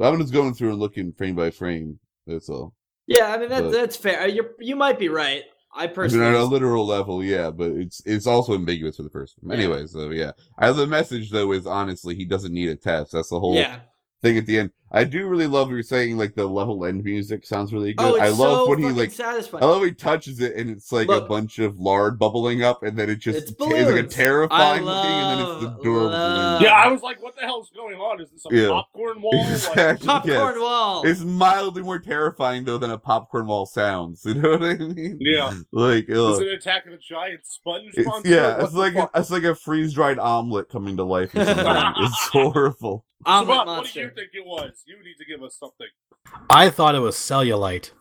Speaker 1: I'm just going through and looking frame by frame. That's all.
Speaker 3: yeah, I mean that
Speaker 1: But-
Speaker 3: that's fair. You you might be right. I
Speaker 1: I mean,
Speaker 3: personally,
Speaker 1: on a literal level, yeah, but it's it's also ambiguous for the first one.
Speaker 3: Yeah.
Speaker 1: Anyway, so yeah, as the message though is honestly he doesn't need a test. That's the whole
Speaker 3: yeah.
Speaker 1: thing at the end. I do really love what you're saying. Like the level end music sounds really good.
Speaker 3: Oh, it's
Speaker 1: I love
Speaker 3: so
Speaker 1: when he
Speaker 3: fucking
Speaker 1: like
Speaker 3: satisfying.
Speaker 1: I love how he touches it and it's like a
Speaker 3: Look.
Speaker 1: bunch of lard bubbling up and then it just
Speaker 3: It's
Speaker 1: it's, like a
Speaker 3: balloons.
Speaker 1: terrifying
Speaker 3: I
Speaker 1: looking and then it's the
Speaker 3: love-
Speaker 1: door
Speaker 3: love-
Speaker 1: balloon.
Speaker 4: Yeah, I was like, what the hell's going on? Is this a
Speaker 1: Yeah.
Speaker 4: popcorn wall? Like,
Speaker 1: Exactly,
Speaker 3: popcorn
Speaker 1: yes.
Speaker 3: wall.
Speaker 1: It's mildly more terrifying though than a popcorn wall sounds. You know what I mean?
Speaker 4: Yeah.
Speaker 1: Like
Speaker 4: is
Speaker 1: ugh.
Speaker 4: it an attack of a giant sponge
Speaker 1: It's-
Speaker 4: monster?
Speaker 1: yeah,
Speaker 4: What
Speaker 1: it's
Speaker 4: the
Speaker 1: like
Speaker 4: fuck?
Speaker 1: it's like a freeze dried omelet coming to life. Or something. it's horrible.
Speaker 3: Omelet
Speaker 4: Sabat, what do you
Speaker 3: monster.
Speaker 4: think it was? You need to give us something.
Speaker 2: I thought it was cellulite.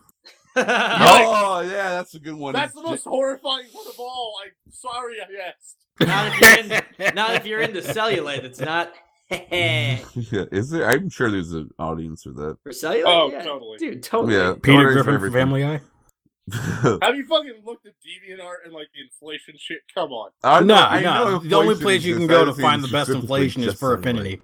Speaker 3: Not
Speaker 4: Yes.
Speaker 1: Oh yeah, that's a good one.
Speaker 4: That's the most horrifying one of all. I'm sorry I asked.
Speaker 3: if you're in, not if you're into cellulite. It's not for
Speaker 1: Yeah, is there? I'm sure there's an audience for that.
Speaker 3: cellulite.
Speaker 4: Oh,
Speaker 3: yeah.
Speaker 4: totally.
Speaker 3: Dude, totally.
Speaker 1: Yeah,
Speaker 2: Peter
Speaker 1: Orders
Speaker 2: Griffin for
Speaker 1: everything.
Speaker 2: Family Guy.
Speaker 4: Have you fucking looked at DeviantArt and like the inflation shit? Come on.
Speaker 1: I know-
Speaker 2: no,
Speaker 1: I know
Speaker 2: no. The
Speaker 1: inflation
Speaker 2: only place you
Speaker 1: exists. I
Speaker 2: can go to
Speaker 1: haven't seen
Speaker 2: find the best
Speaker 1: specifically
Speaker 2: inflation is
Speaker 1: just
Speaker 2: for
Speaker 1: in, like,
Speaker 2: Affinity.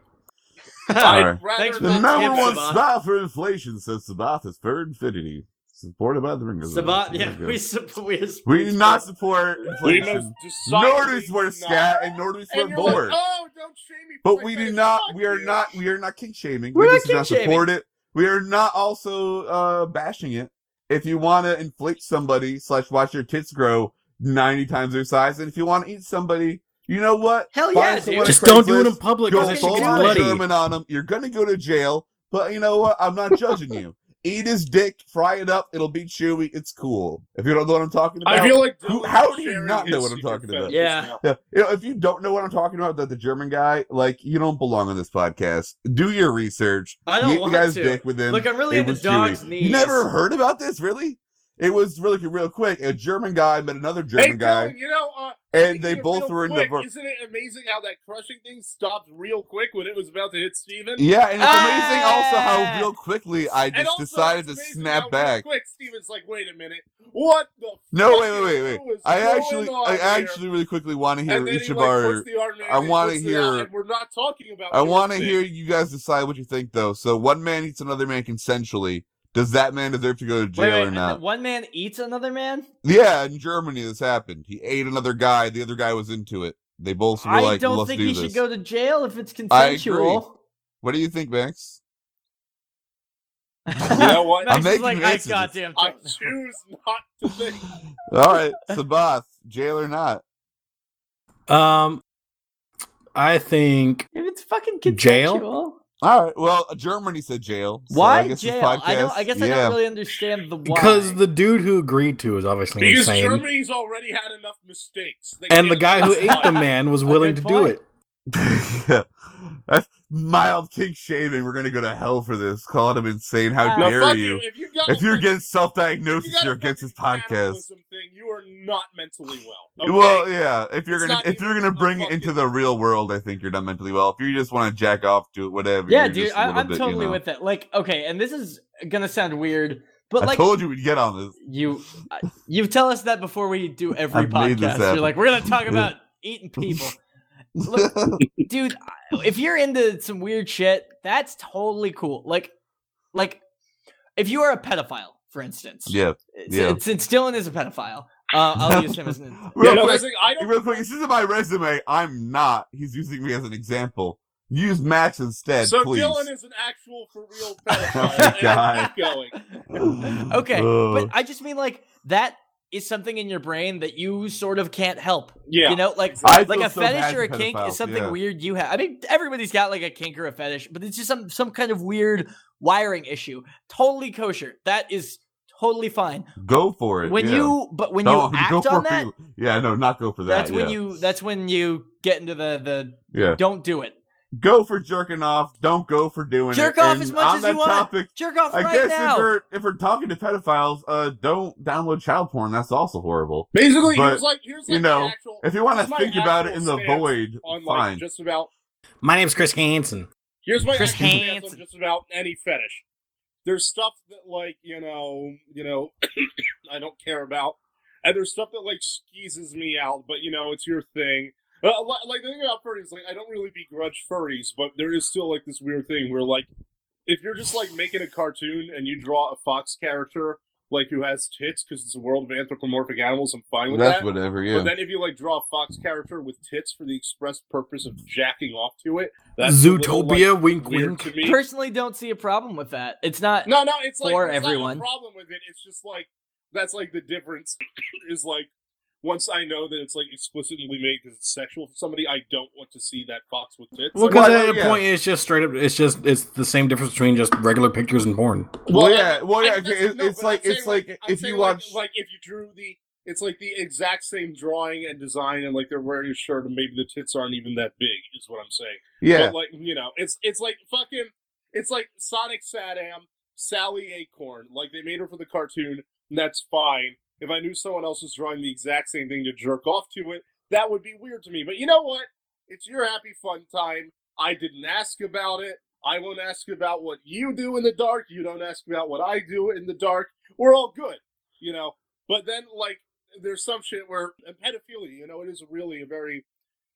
Speaker 1: All right.
Speaker 4: I'd rather
Speaker 3: Thanks for
Speaker 1: The
Speaker 3: Well,
Speaker 4: not
Speaker 1: number
Speaker 3: tips,
Speaker 1: one
Speaker 3: Sabat.
Speaker 1: spot for inflation, says Sabath, is for infinity. Supported by the ringers.
Speaker 3: Sabat, yeah,
Speaker 1: There we
Speaker 3: we
Speaker 1: go.
Speaker 3: sup- we
Speaker 1: we do not support
Speaker 4: We most
Speaker 1: inflation.
Speaker 4: decidedly
Speaker 1: Nor do we support
Speaker 4: not.
Speaker 1: scat, and nor do we support
Speaker 4: And you're like,
Speaker 1: board.
Speaker 4: oh, don't shame me. for
Speaker 1: But
Speaker 4: my
Speaker 1: we
Speaker 4: face.
Speaker 1: do not.
Speaker 4: Fuck
Speaker 1: We are
Speaker 4: you.
Speaker 1: not. We are not kink shaming. we
Speaker 3: We're not
Speaker 1: just do not
Speaker 3: kink-shaming.
Speaker 1: support it. We are not also uh bashing it. If you want to inflate somebody slash watch your tits grow ninety times their size, and if you want to eat somebody, you know what?
Speaker 3: Hell
Speaker 1: Find
Speaker 3: yeah,
Speaker 1: someone
Speaker 3: dude.
Speaker 1: to
Speaker 2: Just don't do it in
Speaker 1: Craigslist,
Speaker 2: public
Speaker 1: Go
Speaker 2: because it
Speaker 3: Don't
Speaker 1: full
Speaker 2: should get
Speaker 3: get
Speaker 1: on
Speaker 3: bloody.
Speaker 1: German on him. You're gonna go to jail. But you know what? I'm not judging you. Eat his dick, fry it up. It'll be chewy. It's cool. If you don't know what I'm talking about,
Speaker 4: I feel like
Speaker 1: Who-
Speaker 4: Dylan's
Speaker 1: how do you
Speaker 4: sharing
Speaker 1: not know
Speaker 4: his
Speaker 1: what I'm
Speaker 4: secret
Speaker 1: talking about?
Speaker 4: fetishes
Speaker 3: Yeah.
Speaker 4: now.
Speaker 1: Yeah, you know, if you don't know what I'm talking about, that the German guy, like you don't belong on this podcast. Do your research.
Speaker 3: I don't
Speaker 1: Eat
Speaker 3: want
Speaker 1: the guy's
Speaker 3: to.
Speaker 1: dick with him.
Speaker 3: Look, I'm really
Speaker 1: It
Speaker 3: into
Speaker 1: was
Speaker 3: dogs'
Speaker 1: chewy.
Speaker 3: knees.
Speaker 1: You never heard about this, really? It was really real quick. A German guy met another German
Speaker 4: Hey,
Speaker 1: guy,
Speaker 4: Dylan, you know, uh,
Speaker 1: and they
Speaker 4: Real
Speaker 1: both were in
Speaker 4: quick,
Speaker 1: the.
Speaker 4: Isn't it amazing how that crushing thing stopped real quick when it was about to hit Steven?
Speaker 1: Yeah, and it's amazing also
Speaker 3: Ah!
Speaker 1: how real quickly I
Speaker 4: And
Speaker 1: just
Speaker 4: also,
Speaker 1: decided to
Speaker 4: it's amazing how
Speaker 1: snap
Speaker 4: real
Speaker 1: back.
Speaker 4: Quick, Steven's like, wait a minute, what the?
Speaker 1: No,
Speaker 4: fuck
Speaker 1: wait, wait, wait, wait.
Speaker 4: is
Speaker 1: I
Speaker 4: going
Speaker 1: actually,
Speaker 4: on
Speaker 1: I
Speaker 4: here?"
Speaker 1: actually really quickly want to
Speaker 4: And
Speaker 1: hear
Speaker 4: then he,
Speaker 1: each of
Speaker 4: like,
Speaker 1: our.
Speaker 4: puts the arm in
Speaker 1: I
Speaker 4: and
Speaker 1: wanna
Speaker 4: puts it out,
Speaker 1: hear-
Speaker 4: and We're not talking about.
Speaker 1: I
Speaker 4: this
Speaker 1: want to
Speaker 4: thing.
Speaker 1: hear you guys decide what you think, though. So one man eats another man consensually. Does that man deserve to go to jail
Speaker 3: Wait, wait,
Speaker 1: or
Speaker 3: and
Speaker 1: not?
Speaker 3: then one man eats another man.
Speaker 1: Yeah, in Germany this happened. He ate another guy. The other guy was into it. They both were
Speaker 3: I
Speaker 1: like,
Speaker 3: don't
Speaker 1: "Let's
Speaker 3: think
Speaker 1: do
Speaker 3: he
Speaker 1: this."
Speaker 3: should go to jail if it's
Speaker 1: I agree.
Speaker 3: consensual.
Speaker 1: What do you think, Max?
Speaker 4: You know what?
Speaker 1: I'm
Speaker 3: Max is
Speaker 1: making
Speaker 3: like, I
Speaker 1: races.
Speaker 3: goddamn.
Speaker 4: I choose not to think.
Speaker 1: All right, Sabath, jail or not?
Speaker 2: Um, I think
Speaker 3: If it's fucking consensual.
Speaker 2: Jail?
Speaker 1: All right. Well, Germany said jail. so
Speaker 3: why
Speaker 1: I guess this
Speaker 3: jail? I don't. I
Speaker 1: podcast-
Speaker 3: guess I
Speaker 1: yeah.
Speaker 3: don't really understand the why.
Speaker 2: because the dude who agreed to is obviously
Speaker 4: Because
Speaker 2: insane,
Speaker 4: Germany's already had enough mistakes. They
Speaker 2: and the
Speaker 4: can't
Speaker 2: guy who
Speaker 4: justify
Speaker 2: ate the man was willing to
Speaker 3: good
Speaker 2: do
Speaker 3: point.
Speaker 2: it.
Speaker 1: yeah. That's mild king shaming. We're gonna go to hell for this. Calling him insane. How
Speaker 3: Uh,
Speaker 4: Now,
Speaker 1: dare
Speaker 4: fuck
Speaker 1: you?
Speaker 4: If, you got
Speaker 1: If
Speaker 4: a
Speaker 1: you're
Speaker 4: fucking-
Speaker 1: against
Speaker 4: if you
Speaker 1: self-diagnosis,
Speaker 4: got
Speaker 1: you are
Speaker 4: a
Speaker 1: against this
Speaker 4: fucking
Speaker 1: podcast.
Speaker 4: cannibalism Thing, you are not mentally well.
Speaker 1: Well,
Speaker 4: okay?
Speaker 1: yeah. If you're
Speaker 4: It's
Speaker 1: gonna
Speaker 4: not
Speaker 1: if you're
Speaker 4: even
Speaker 1: gonna
Speaker 4: a
Speaker 1: bring it into
Speaker 4: fucking-
Speaker 1: the real world, I think you're not mentally well. If you just want to jack off, do it, whatever.
Speaker 3: yeah,
Speaker 1: you're
Speaker 3: dude,
Speaker 1: just a
Speaker 3: I,
Speaker 1: little
Speaker 3: I'm
Speaker 1: bit, you
Speaker 3: totally
Speaker 1: know.
Speaker 3: with it. Like, okay, and this is gonna sound weird, but
Speaker 1: I
Speaker 3: like
Speaker 1: told you we'd get on this.
Speaker 3: you, I- you tell us that before we do every
Speaker 1: I've made this
Speaker 3: podcast.
Speaker 1: happen.
Speaker 3: You're like, we're gonna talk about eating people, Look, dude. I- If you're into some weird shit, that's totally cool. Like, like if you are a pedophile, for instance,
Speaker 1: yeah.
Speaker 3: s-
Speaker 1: yeah.
Speaker 3: since Dylan is a pedophile, uh, I'll use him as an.
Speaker 1: Real
Speaker 4: You know,
Speaker 1: quick,
Speaker 4: it's like, I don't
Speaker 1: real quick. This isn't my resume. I'm not. He's using me as an example. Use Max instead,
Speaker 4: So
Speaker 1: please.
Speaker 4: Dylan is an actual for real
Speaker 1: Oh, my
Speaker 4: pedophile.
Speaker 1: God.
Speaker 4: and keep going.
Speaker 3: okay,
Speaker 1: Ugh.
Speaker 3: but I just mean like that is something in your brain that you sort of can't help.
Speaker 4: Yeah.
Speaker 3: You know, like
Speaker 1: I
Speaker 3: like
Speaker 1: feel
Speaker 3: a
Speaker 1: so bad
Speaker 3: fetish or a
Speaker 1: for
Speaker 3: kink
Speaker 1: pedophiles,
Speaker 3: is something
Speaker 1: yeah.
Speaker 3: weird you have. I mean, everybody's got like a kink or a fetish, but it's just some some kind of weird wiring issue. Totally kosher. That is totally fine.
Speaker 1: Go for it.
Speaker 3: When
Speaker 1: yeah.
Speaker 3: you but when
Speaker 1: No,
Speaker 3: you
Speaker 1: go
Speaker 3: act
Speaker 1: for
Speaker 3: on
Speaker 1: it.
Speaker 3: that,
Speaker 1: yeah, no, not go for that.
Speaker 3: that's
Speaker 1: yeah.
Speaker 3: when you that's when you get into the the
Speaker 1: Yeah.
Speaker 3: don't do it.
Speaker 1: go for jerking off. Don't go for doing
Speaker 3: Jerk
Speaker 1: it.
Speaker 3: off
Speaker 1: And
Speaker 3: as much
Speaker 1: on
Speaker 3: as
Speaker 1: that
Speaker 3: you want.
Speaker 1: Topic,
Speaker 3: Jerk off
Speaker 1: I
Speaker 3: right
Speaker 1: guess if
Speaker 3: now.
Speaker 1: we're if we're talking to pedophiles, uh, don't download child porn. That's also horrible.
Speaker 4: Basically,
Speaker 1: But,
Speaker 4: here's like here's like
Speaker 1: you know,
Speaker 4: the actual
Speaker 1: If you want
Speaker 4: That's
Speaker 1: to
Speaker 4: my
Speaker 1: think about it
Speaker 4: actual
Speaker 1: in the
Speaker 4: stance
Speaker 1: void,
Speaker 4: on like
Speaker 1: fine.
Speaker 4: just about
Speaker 2: My name's Chris Hansen.
Speaker 4: here's my
Speaker 3: Chris
Speaker 4: actual stance
Speaker 3: Hansen.
Speaker 4: on just about any fetish. There's stuff that like you know you know I don't care about, and there's stuff that like skeezes me out. But you know it's your thing. Uh, li- like the thing about furries, like I don't really begrudge furries, but there is still like this weird thing where like if you're just like making a cartoon and you draw a fox character like who has tits because it's a world of anthropomorphic animals, I'm fine with
Speaker 1: That's
Speaker 4: that.
Speaker 1: whatever.
Speaker 4: But
Speaker 1: Yeah.
Speaker 4: then if you like draw a fox character with tits for the express purpose of jacking off to it, that's a little,
Speaker 2: Zootopia,
Speaker 4: like,
Speaker 2: wink,
Speaker 4: weird
Speaker 2: wink.
Speaker 4: to me.
Speaker 3: Personally don't see a problem with that. It's not
Speaker 4: No, no, it's like
Speaker 3: For
Speaker 4: it's not a
Speaker 3: everyone.
Speaker 4: problem with it. It's just like that's like the difference is like once I know that it's like explicitly made because it's sexual for somebody, I don't want to see that fox with tits.
Speaker 2: Well,
Speaker 4: Like,
Speaker 2: because
Speaker 1: Well,
Speaker 2: at the
Speaker 1: yeah.
Speaker 2: point it's just straight up. It's just it's the same difference between just regular pictures and porn.
Speaker 1: Well,
Speaker 4: Well,
Speaker 1: yeah. Well, yeah.
Speaker 4: I-
Speaker 1: okay,
Speaker 4: that's-
Speaker 1: it-
Speaker 4: no,
Speaker 1: It's
Speaker 4: but
Speaker 1: like
Speaker 4: I'm
Speaker 1: it's
Speaker 4: saying,
Speaker 1: like
Speaker 4: I'm
Speaker 1: if
Speaker 4: saying,
Speaker 1: you
Speaker 4: like-
Speaker 1: watch.
Speaker 4: like if you drew the, it's like the exact same drawing and design, and like they're wearing a shirt, and maybe the tits aren't even that big, is what I'm saying.
Speaker 1: Yeah.
Speaker 4: But like you know, it's it's like fucking it's like Sonic Sadam, Sally Acorn. Like they made her for the cartoon, and that's fine. If I knew someone else was drawing the exact same thing to jerk off to it, that would be weird to me. But you know what? It's your happy fun time. I didn't ask about it. I won't ask about what you do in the dark. You don't ask about what I do in the dark. We're all good, you know. But then like there's some shit where and pedophilia, you know, it is really a very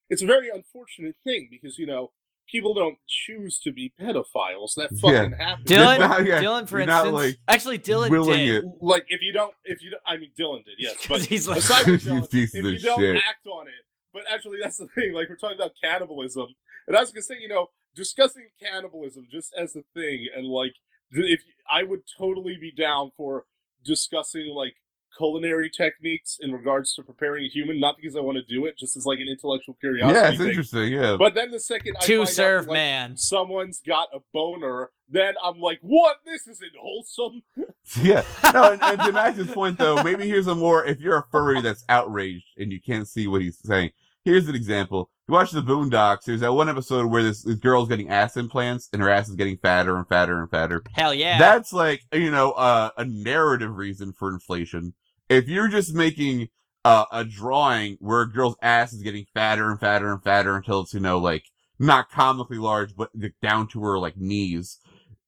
Speaker 4: it's a very unfortunate thing because, you know, people don't choose to be pedophiles. That fucking happens.
Speaker 3: Dylan,
Speaker 1: Yeah, yeah.
Speaker 3: Dylan, for
Speaker 1: You're not, like,
Speaker 3: instance, actually, Dylan
Speaker 1: willing
Speaker 3: did.
Speaker 1: it.
Speaker 4: Like if you don't if you don't, I mean Dylan did, yes.
Speaker 3: 'Cause
Speaker 4: But
Speaker 3: he's like,
Speaker 4: aside from
Speaker 1: You
Speaker 4: Dylan,
Speaker 1: piece
Speaker 4: if
Speaker 1: of
Speaker 4: you don't
Speaker 1: shit.
Speaker 4: act on it. But actually that's the thing, like we're talking about cannibalism. And I was gonna say, you know, discussing cannibalism just as a thing and like th- if I would totally be down for discussing like culinary techniques in regards to preparing a human, not because I want to do it, just as like an intellectual curiosity.
Speaker 1: Yeah, it's
Speaker 4: thing.
Speaker 1: interesting. Yeah.
Speaker 4: But then the second I
Speaker 3: to
Speaker 4: find out,
Speaker 3: serve
Speaker 4: like,
Speaker 3: man.
Speaker 4: someone's got a boner, then I'm like, what? This isn't wholesome.
Speaker 1: Yeah. No, and, and to Max's point though, maybe here's a more if you're a furry that's outraged and you can't see what he's saying. Here's an example. You watch the Boondocks. There's that one episode where this, this girl's getting ass implants and her ass is getting fatter and fatter and fatter.
Speaker 3: Hell yeah.
Speaker 1: That's like you know uh, a narrative reason for inflation. If you're just making uh, a drawing where a girl's ass is getting fatter and fatter and fatter until it's you know like not comically large but like, down to her like knees,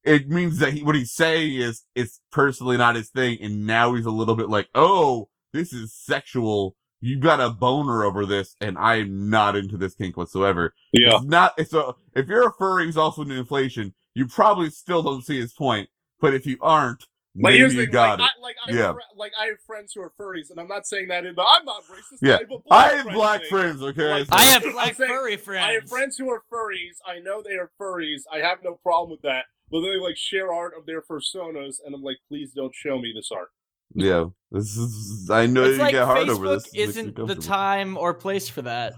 Speaker 1: it means that he, what he's saying is it's personally not his thing, and now he's a little bit like, oh, this is sexual. You got a boner over this, and I am not into this kink whatsoever. It's not it's a, if you're a furry who's also into inflation, you probably still don't see his point. But if you aren't,
Speaker 4: But
Speaker 1: maybe
Speaker 4: here's the
Speaker 1: you
Speaker 4: thing,
Speaker 1: got
Speaker 4: like,
Speaker 1: it.
Speaker 4: I, like, I have
Speaker 1: Yeah.
Speaker 4: fri- like, I have friends who are furries, and I'm not saying that in the I'm not racist.
Speaker 1: Yeah.
Speaker 4: I have a black
Speaker 1: I, have
Speaker 4: friend
Speaker 1: black
Speaker 4: thing.
Speaker 1: friends, okay?
Speaker 4: Like,
Speaker 3: I have
Speaker 4: I'm
Speaker 3: black
Speaker 4: saying-
Speaker 3: furry friends.
Speaker 4: I have friends who are furries. I know they are furries. I have no problem with that. But they like share art of their personas, and I'm like, please don't show me this art.
Speaker 1: yeah. This is I know
Speaker 3: It's
Speaker 1: you
Speaker 3: like
Speaker 1: get hard
Speaker 3: Facebook
Speaker 1: over this. It makes me
Speaker 3: isn't the
Speaker 1: comfortable.
Speaker 3: time or place for that.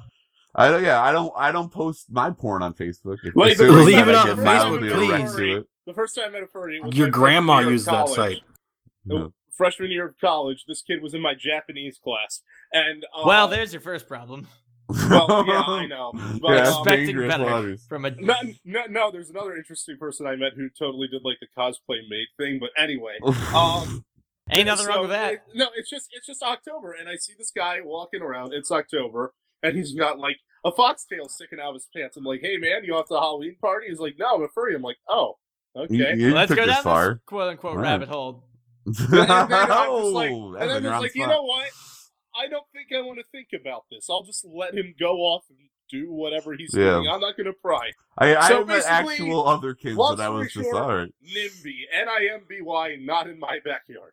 Speaker 1: I don't. Yeah, I don't. I don't post my porn on Facebook. If-
Speaker 4: Leave it-
Speaker 1: assuming
Speaker 2: leave
Speaker 1: that
Speaker 2: it
Speaker 1: I
Speaker 2: on
Speaker 1: get mildly
Speaker 2: Facebook,
Speaker 1: erect
Speaker 4: please.
Speaker 1: to it.
Speaker 4: The first time I met a furry, was
Speaker 2: Your
Speaker 4: my
Speaker 2: grandma
Speaker 4: freshman year of
Speaker 2: used that
Speaker 4: college.
Speaker 2: site.
Speaker 1: No.
Speaker 4: Freshman year of college, this kid was in my Japanese class, and uh,
Speaker 3: Well, there's your first problem.
Speaker 4: Well, yeah, I know. But,
Speaker 1: Yeah, that's
Speaker 4: um,
Speaker 3: Expecting
Speaker 1: dangerous
Speaker 3: better
Speaker 1: waters.
Speaker 3: from a
Speaker 4: no, no, no, there's another interesting person I met who totally did like the cosplay maid thing. But anyway, um,
Speaker 3: ain't nothing
Speaker 4: so
Speaker 3: wrong with that.
Speaker 4: it- no, it's just it's just October, and I see this guy walking around. It's October, and he's got like a foxtail sticking out of his pants. I'm like, hey man, you off to a Halloween party? He's like, no, I'm a furry. I'm like, oh,
Speaker 1: You-
Speaker 4: okay.
Speaker 1: you
Speaker 3: Let's
Speaker 1: took
Speaker 3: go
Speaker 1: this
Speaker 3: down
Speaker 1: far.
Speaker 3: this quote unquote
Speaker 1: Right.
Speaker 3: rabbit hole.
Speaker 4: And then, then I'm just like,
Speaker 1: Oh,
Speaker 4: and
Speaker 1: that's
Speaker 4: I'm
Speaker 1: a
Speaker 4: just
Speaker 1: round
Speaker 4: like you
Speaker 1: spot.
Speaker 4: know what? I don't think I want to think about this. I'll just let him go off and do whatever he's
Speaker 1: Yeah.
Speaker 4: doing. I'm not going to pry.
Speaker 1: I, I
Speaker 4: So
Speaker 1: met
Speaker 4: basically,
Speaker 1: actual other kids
Speaker 4: long
Speaker 1: that I was
Speaker 4: story
Speaker 1: just
Speaker 4: short-
Speaker 1: all right.
Speaker 4: NIMBY, N I M B Y, not in my backyard.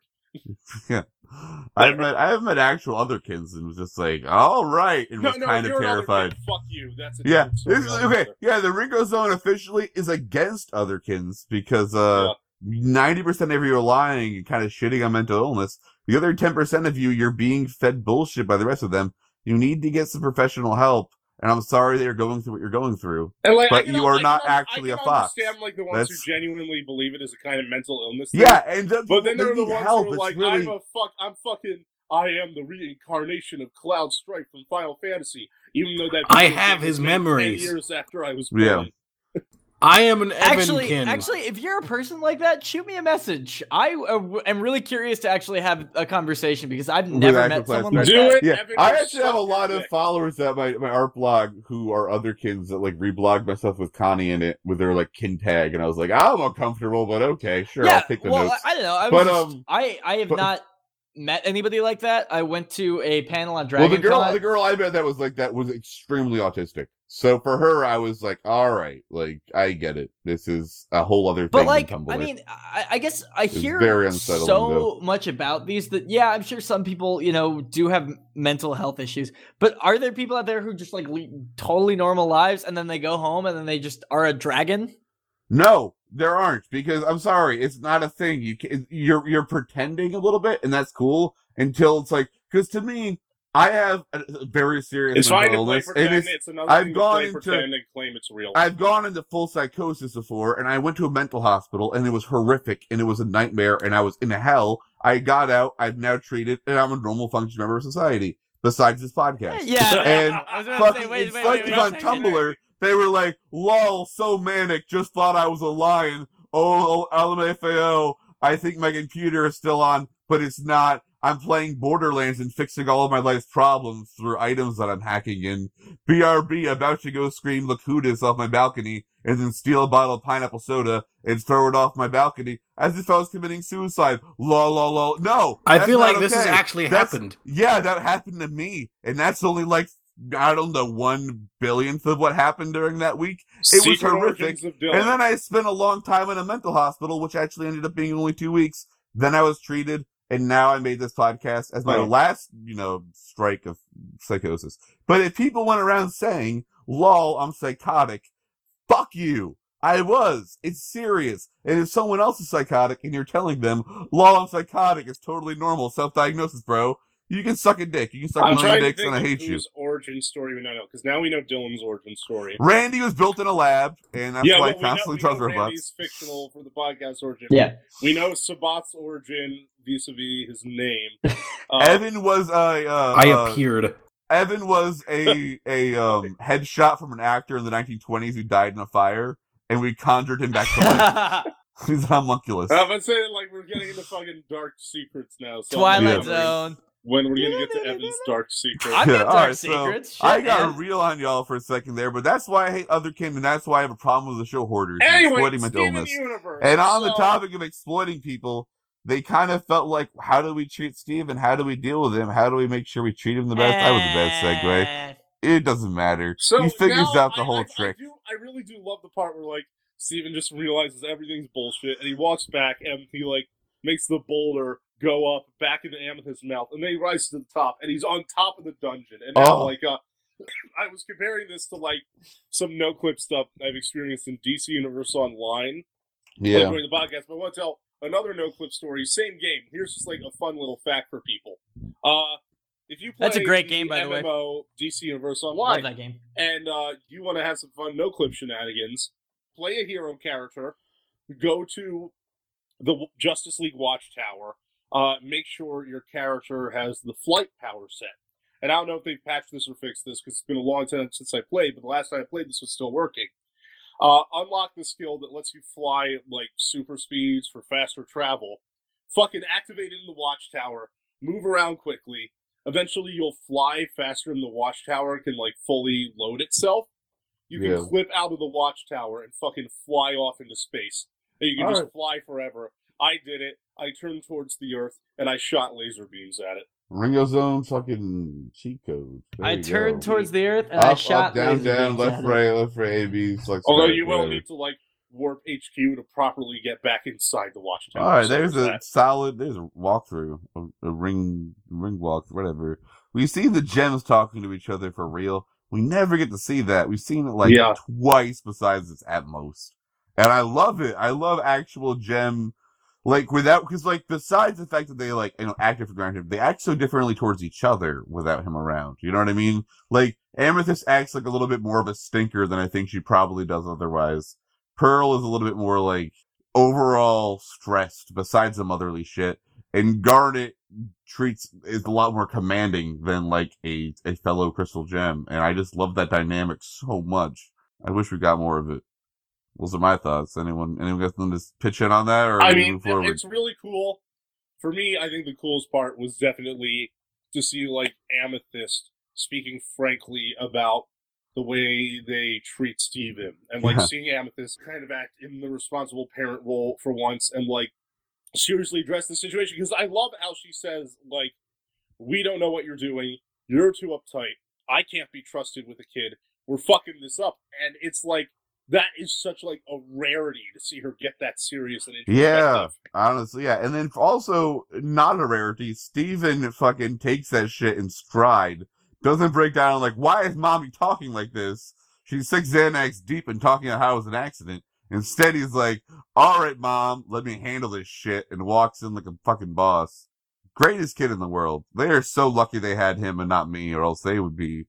Speaker 1: I met I have met actual other kids and was just like, all right, and
Speaker 4: No,
Speaker 1: was
Speaker 4: no,
Speaker 1: kind
Speaker 4: you're
Speaker 1: of
Speaker 4: another
Speaker 1: terrified.
Speaker 4: kid. Fuck you. That's a
Speaker 1: Yeah,
Speaker 4: different story
Speaker 1: this is okay.
Speaker 4: altogether.
Speaker 1: Yeah, the Rico Zone officially is against otherkins because uh ninety percent of you are lying and kind of shitting on mental illness. The other ten percent of you, you're being fed bullshit by the rest of them. You need to get some professional help. And I'm sorry that you're going through what you're going through.
Speaker 4: And like, I
Speaker 1: But
Speaker 4: can-
Speaker 1: you are
Speaker 4: I can
Speaker 1: not
Speaker 4: un- I
Speaker 1: actually
Speaker 4: can
Speaker 1: a fox.
Speaker 4: Understand like the ones
Speaker 1: That's-
Speaker 4: who genuinely believe it is a kind of mental illness. thing.
Speaker 1: Yeah, and the,
Speaker 4: but then
Speaker 1: they
Speaker 4: there are the
Speaker 1: need
Speaker 4: ones
Speaker 1: help.
Speaker 4: who are
Speaker 1: It's
Speaker 4: like,
Speaker 1: really
Speaker 4: I'm a fuck. I'm fucking. I am the reincarnation of Cloud Strife from Final Fantasy, even though that.
Speaker 2: I
Speaker 4: video
Speaker 2: have
Speaker 4: game was
Speaker 2: his
Speaker 4: made 10
Speaker 2: memories.
Speaker 4: Years after I was born.
Speaker 1: Yeah.
Speaker 2: I am an
Speaker 3: Actually,
Speaker 2: Evankin.
Speaker 3: actually, if you're a person like that, shoot me a message. I uh, w- am really curious to actually have a conversation because I've
Speaker 1: With
Speaker 3: never
Speaker 1: actual
Speaker 3: met someone like
Speaker 1: classmates.
Speaker 4: Do
Speaker 3: that.
Speaker 4: it.
Speaker 1: yeah,
Speaker 4: Evan,
Speaker 1: I
Speaker 4: you
Speaker 1: actually
Speaker 4: suck
Speaker 1: have a
Speaker 4: your
Speaker 1: lot of
Speaker 4: dick.
Speaker 1: followers at my, my art blog who are other kids that like reblogged my stuff with Connie in it with their like kin tag, and I was like, I'm uncomfortable, but okay, sure,
Speaker 3: yeah,
Speaker 1: I'll take the
Speaker 3: well,
Speaker 1: notes.
Speaker 3: I, I don't know. I, was
Speaker 1: But,
Speaker 3: just-
Speaker 1: um,
Speaker 3: I, I have
Speaker 1: but-
Speaker 3: not met anybody like that. I went to a panel on
Speaker 1: well,
Speaker 3: Dragon
Speaker 1: the girl,
Speaker 3: Con.
Speaker 1: the girl I met that was like that was extremely autistic. So for her, I was like, all right, like I get it. This is a whole other thing.
Speaker 3: But
Speaker 1: than
Speaker 3: like, I
Speaker 1: Tumblr.
Speaker 3: mean, I, I guess I
Speaker 1: It's
Speaker 3: hear
Speaker 1: very unsettling,
Speaker 3: so much about these that yeah, I'm sure some people you know do have mental health issues. But are there people out there who just like lead totally normal lives and then they go home and then they just are a dragon?
Speaker 1: No, there aren't because I'm sorry, it's not a thing. You can, you're you're pretending a little bit, and that's cool until it's like because to me, I have a a very serious
Speaker 4: It's fine
Speaker 1: mental
Speaker 4: to play
Speaker 1: illness,
Speaker 4: pretend.
Speaker 1: and
Speaker 4: It's,
Speaker 1: it's,
Speaker 4: another
Speaker 1: I've
Speaker 4: thing
Speaker 1: gone
Speaker 4: to play
Speaker 1: into-
Speaker 4: pretend and claim it's real.
Speaker 1: I've gone into full psychosis before, and I went to a mental hospital, and it was horrific, and it was a nightmare, and I was in hell. I got out. I've now treated, and I'm a normal functioning member of society. Besides this podcast,
Speaker 3: Eh, Yeah,
Speaker 1: and
Speaker 3: I was about to say,
Speaker 1: fucking
Speaker 3: wait,
Speaker 1: it's
Speaker 3: wait,
Speaker 1: like
Speaker 3: wait, wait,
Speaker 1: it's on
Speaker 3: wait,
Speaker 1: Tumblr. They were like, "Lol, so manic. Just thought I was a lion. Oh, LMFAO. I think my computer is still on, but it's not. I'm playing Borderlands and fixing all of my life's problems through items that I'm hacking in. BRB, about to go scream Lakutis off my balcony and then steal a bottle of pineapple soda and throw it off my balcony as if I was committing suicide. Lol, lol, lol. No,
Speaker 2: I
Speaker 1: that's
Speaker 2: feel
Speaker 1: not
Speaker 2: like this has
Speaker 1: okay.
Speaker 2: actually
Speaker 1: That's-
Speaker 2: happened.
Speaker 1: Yeah, that happened to me, and that's only like I don't know one billionth of what happened during that week. It was
Speaker 4: Secret
Speaker 1: horrific.
Speaker 4: origins of Dylan.
Speaker 1: And then I spent a long time in a mental hospital, which actually ended up being only two weeks. Then I was treated, and now I made this podcast as my
Speaker 4: Right.
Speaker 1: last, you know, strike of psychosis. But if people went around saying, "Lol, I'm psychotic," fuck you. I was. It's serious. And if someone else is psychotic and you're telling them, "Lol, I'm psychotic," it's totally normal self-diagnosis, bro. You can suck a dick. You can suck a
Speaker 4: I'm
Speaker 1: million
Speaker 4: trying to
Speaker 1: dicks,
Speaker 4: think
Speaker 1: and I
Speaker 4: of
Speaker 1: hate you.
Speaker 4: whose origin story we know because now we know Dylan's origin story.
Speaker 1: Randy was built in a lab, and that's
Speaker 4: yeah,
Speaker 1: why I
Speaker 4: well, we know-
Speaker 1: constantly
Speaker 4: we know,
Speaker 1: trust robots.
Speaker 4: Randy's fictional for the podcast origin.
Speaker 3: Yeah.
Speaker 4: we know Sabat's origin vis-a-vis his name. Uh,
Speaker 1: Evan was a. Uh,
Speaker 2: I
Speaker 1: uh,
Speaker 2: appeared.
Speaker 1: Evan was a a um, headshot from an actor in the 1920s who died in a fire, and we conjured him back to life. He's an homunculus.
Speaker 4: I'm gonna say that like we're getting into fucking dark secrets now. So I'm
Speaker 3: Twilight
Speaker 4: wondering
Speaker 3: Zone.
Speaker 4: When we're gonna get to Evan's dark secret?
Speaker 3: I'm
Speaker 1: Yeah,
Speaker 3: into
Speaker 1: all
Speaker 3: our
Speaker 1: right, so
Speaker 3: secrets.
Speaker 1: I
Speaker 3: Shit,
Speaker 1: got
Speaker 3: man.
Speaker 1: real on y'all for a second there, but that's why I hate other kin, and that's why I have a problem with the show hoarders and
Speaker 4: anyway,
Speaker 1: exploiting mental
Speaker 4: Steven
Speaker 1: illness.
Speaker 4: Universe.
Speaker 1: And on the
Speaker 4: so-
Speaker 1: topic of exploiting people, they kind of felt like, how do we treat Steve and how do we deal with him? How do we make sure we treat him the best? That was a bad segue.
Speaker 3: Eh.
Speaker 1: It doesn't matter.
Speaker 4: So
Speaker 1: he figures
Speaker 4: now
Speaker 1: out the
Speaker 4: I-
Speaker 1: whole
Speaker 4: I-
Speaker 1: trick.
Speaker 4: I, do, I really do love the part where like Steven just realizes everything's bullshit, and he walks back and he like makes the boulder go up back into Amethyst's mouth, and then he rises to the top, and he's on top of the dungeon, and now
Speaker 1: Oh.
Speaker 4: like uh. I was comparing this to like some no clip stuff I've experienced in DC Universe Online, like,
Speaker 1: yeah.
Speaker 4: during the podcast, but I want to tell another no clip story. Same game. Here's just like a fun little fact for people. Uh, If you play
Speaker 3: That's a great game, by the way.
Speaker 4: MMO, DC Universe
Speaker 3: Love
Speaker 4: Online,
Speaker 3: that game.
Speaker 4: and uh, you want to have some fun no clip shenanigans, play a hero character, go to the W- Justice League Watchtower, uh, make sure your character has the flight power set. And I don't know if they've patched this or fixed this because it's been a long time since I played, but the last time I played, this was still working. Uh, unlock the skill that lets you fly at like super speeds for faster travel. Fucking activate it in the watchtower. Move around quickly. Eventually, you'll fly faster than the watchtower can like fully load itself. You can
Speaker 1: Yeah.
Speaker 4: clip out of the watchtower and fucking fly off into space. And you can just
Speaker 1: Alright.
Speaker 4: fly forever. I did it. I turned towards the earth and I shot laser beams at it.
Speaker 1: Ringo's own fucking cheat code. There
Speaker 3: I
Speaker 1: you
Speaker 3: turned
Speaker 1: go.
Speaker 3: towards the earth and
Speaker 1: up,
Speaker 3: I shot
Speaker 1: up, down,
Speaker 3: laser
Speaker 1: down,
Speaker 3: beams
Speaker 1: left,
Speaker 3: at it.
Speaker 1: right, left, right, A, B, flex.
Speaker 4: Although
Speaker 1: right,
Speaker 4: you will
Speaker 1: whatever.
Speaker 4: need to like warp HQ to properly get back inside the watchtower.
Speaker 1: All right,
Speaker 4: So
Speaker 1: there's a
Speaker 4: that-
Speaker 1: solid. There's a walkthrough, a, a ring, ring walk, whatever. We see the gems talking to each other for real. We never get to see that. We've seen it like
Speaker 4: Yeah.
Speaker 1: twice, besides this at most. And I love it. I love actual gem, like without because like besides the fact that they like you know act different around him, they act so differently towards each other without him around. You know what I mean? Like Amethyst acts like a little bit more of a stinker than I think she probably does otherwise. Pearl is a little bit more like overall stressed besides the motherly shit and garnet treats is a lot more commanding than like a, a fellow crystal gem and i just love that dynamic so much i wish we got more of it those are my thoughts anyone anyone got something to s- pitch in on that or
Speaker 4: I
Speaker 1: we
Speaker 4: mean,
Speaker 1: move forward
Speaker 4: it's really cool. For me, I think the coolest part was definitely to see like Amethyst speaking frankly about the way they treat Steven and like
Speaker 1: Yeah.
Speaker 4: seeing Amethyst kind of act in the responsible parent role for once and like seriously address the situation because I love how she says like we don't know what you're doing. You're too uptight. I can't be trusted with a kid. We're fucking this up. And it's like that is such like a rarity to see her get that serious and
Speaker 1: Yeah.
Speaker 4: introspective.
Speaker 1: honestly yeah and then also not a rarity steven fucking takes that shit in stride doesn't break down like why is mommy talking like this she's six xanax deep and talking about how it was an accident Instead, he's like, "All right, mom, let me handle this shit," and walks in like a fucking boss. Greatest kid in the world. They are so lucky they had him and not me, or else they would be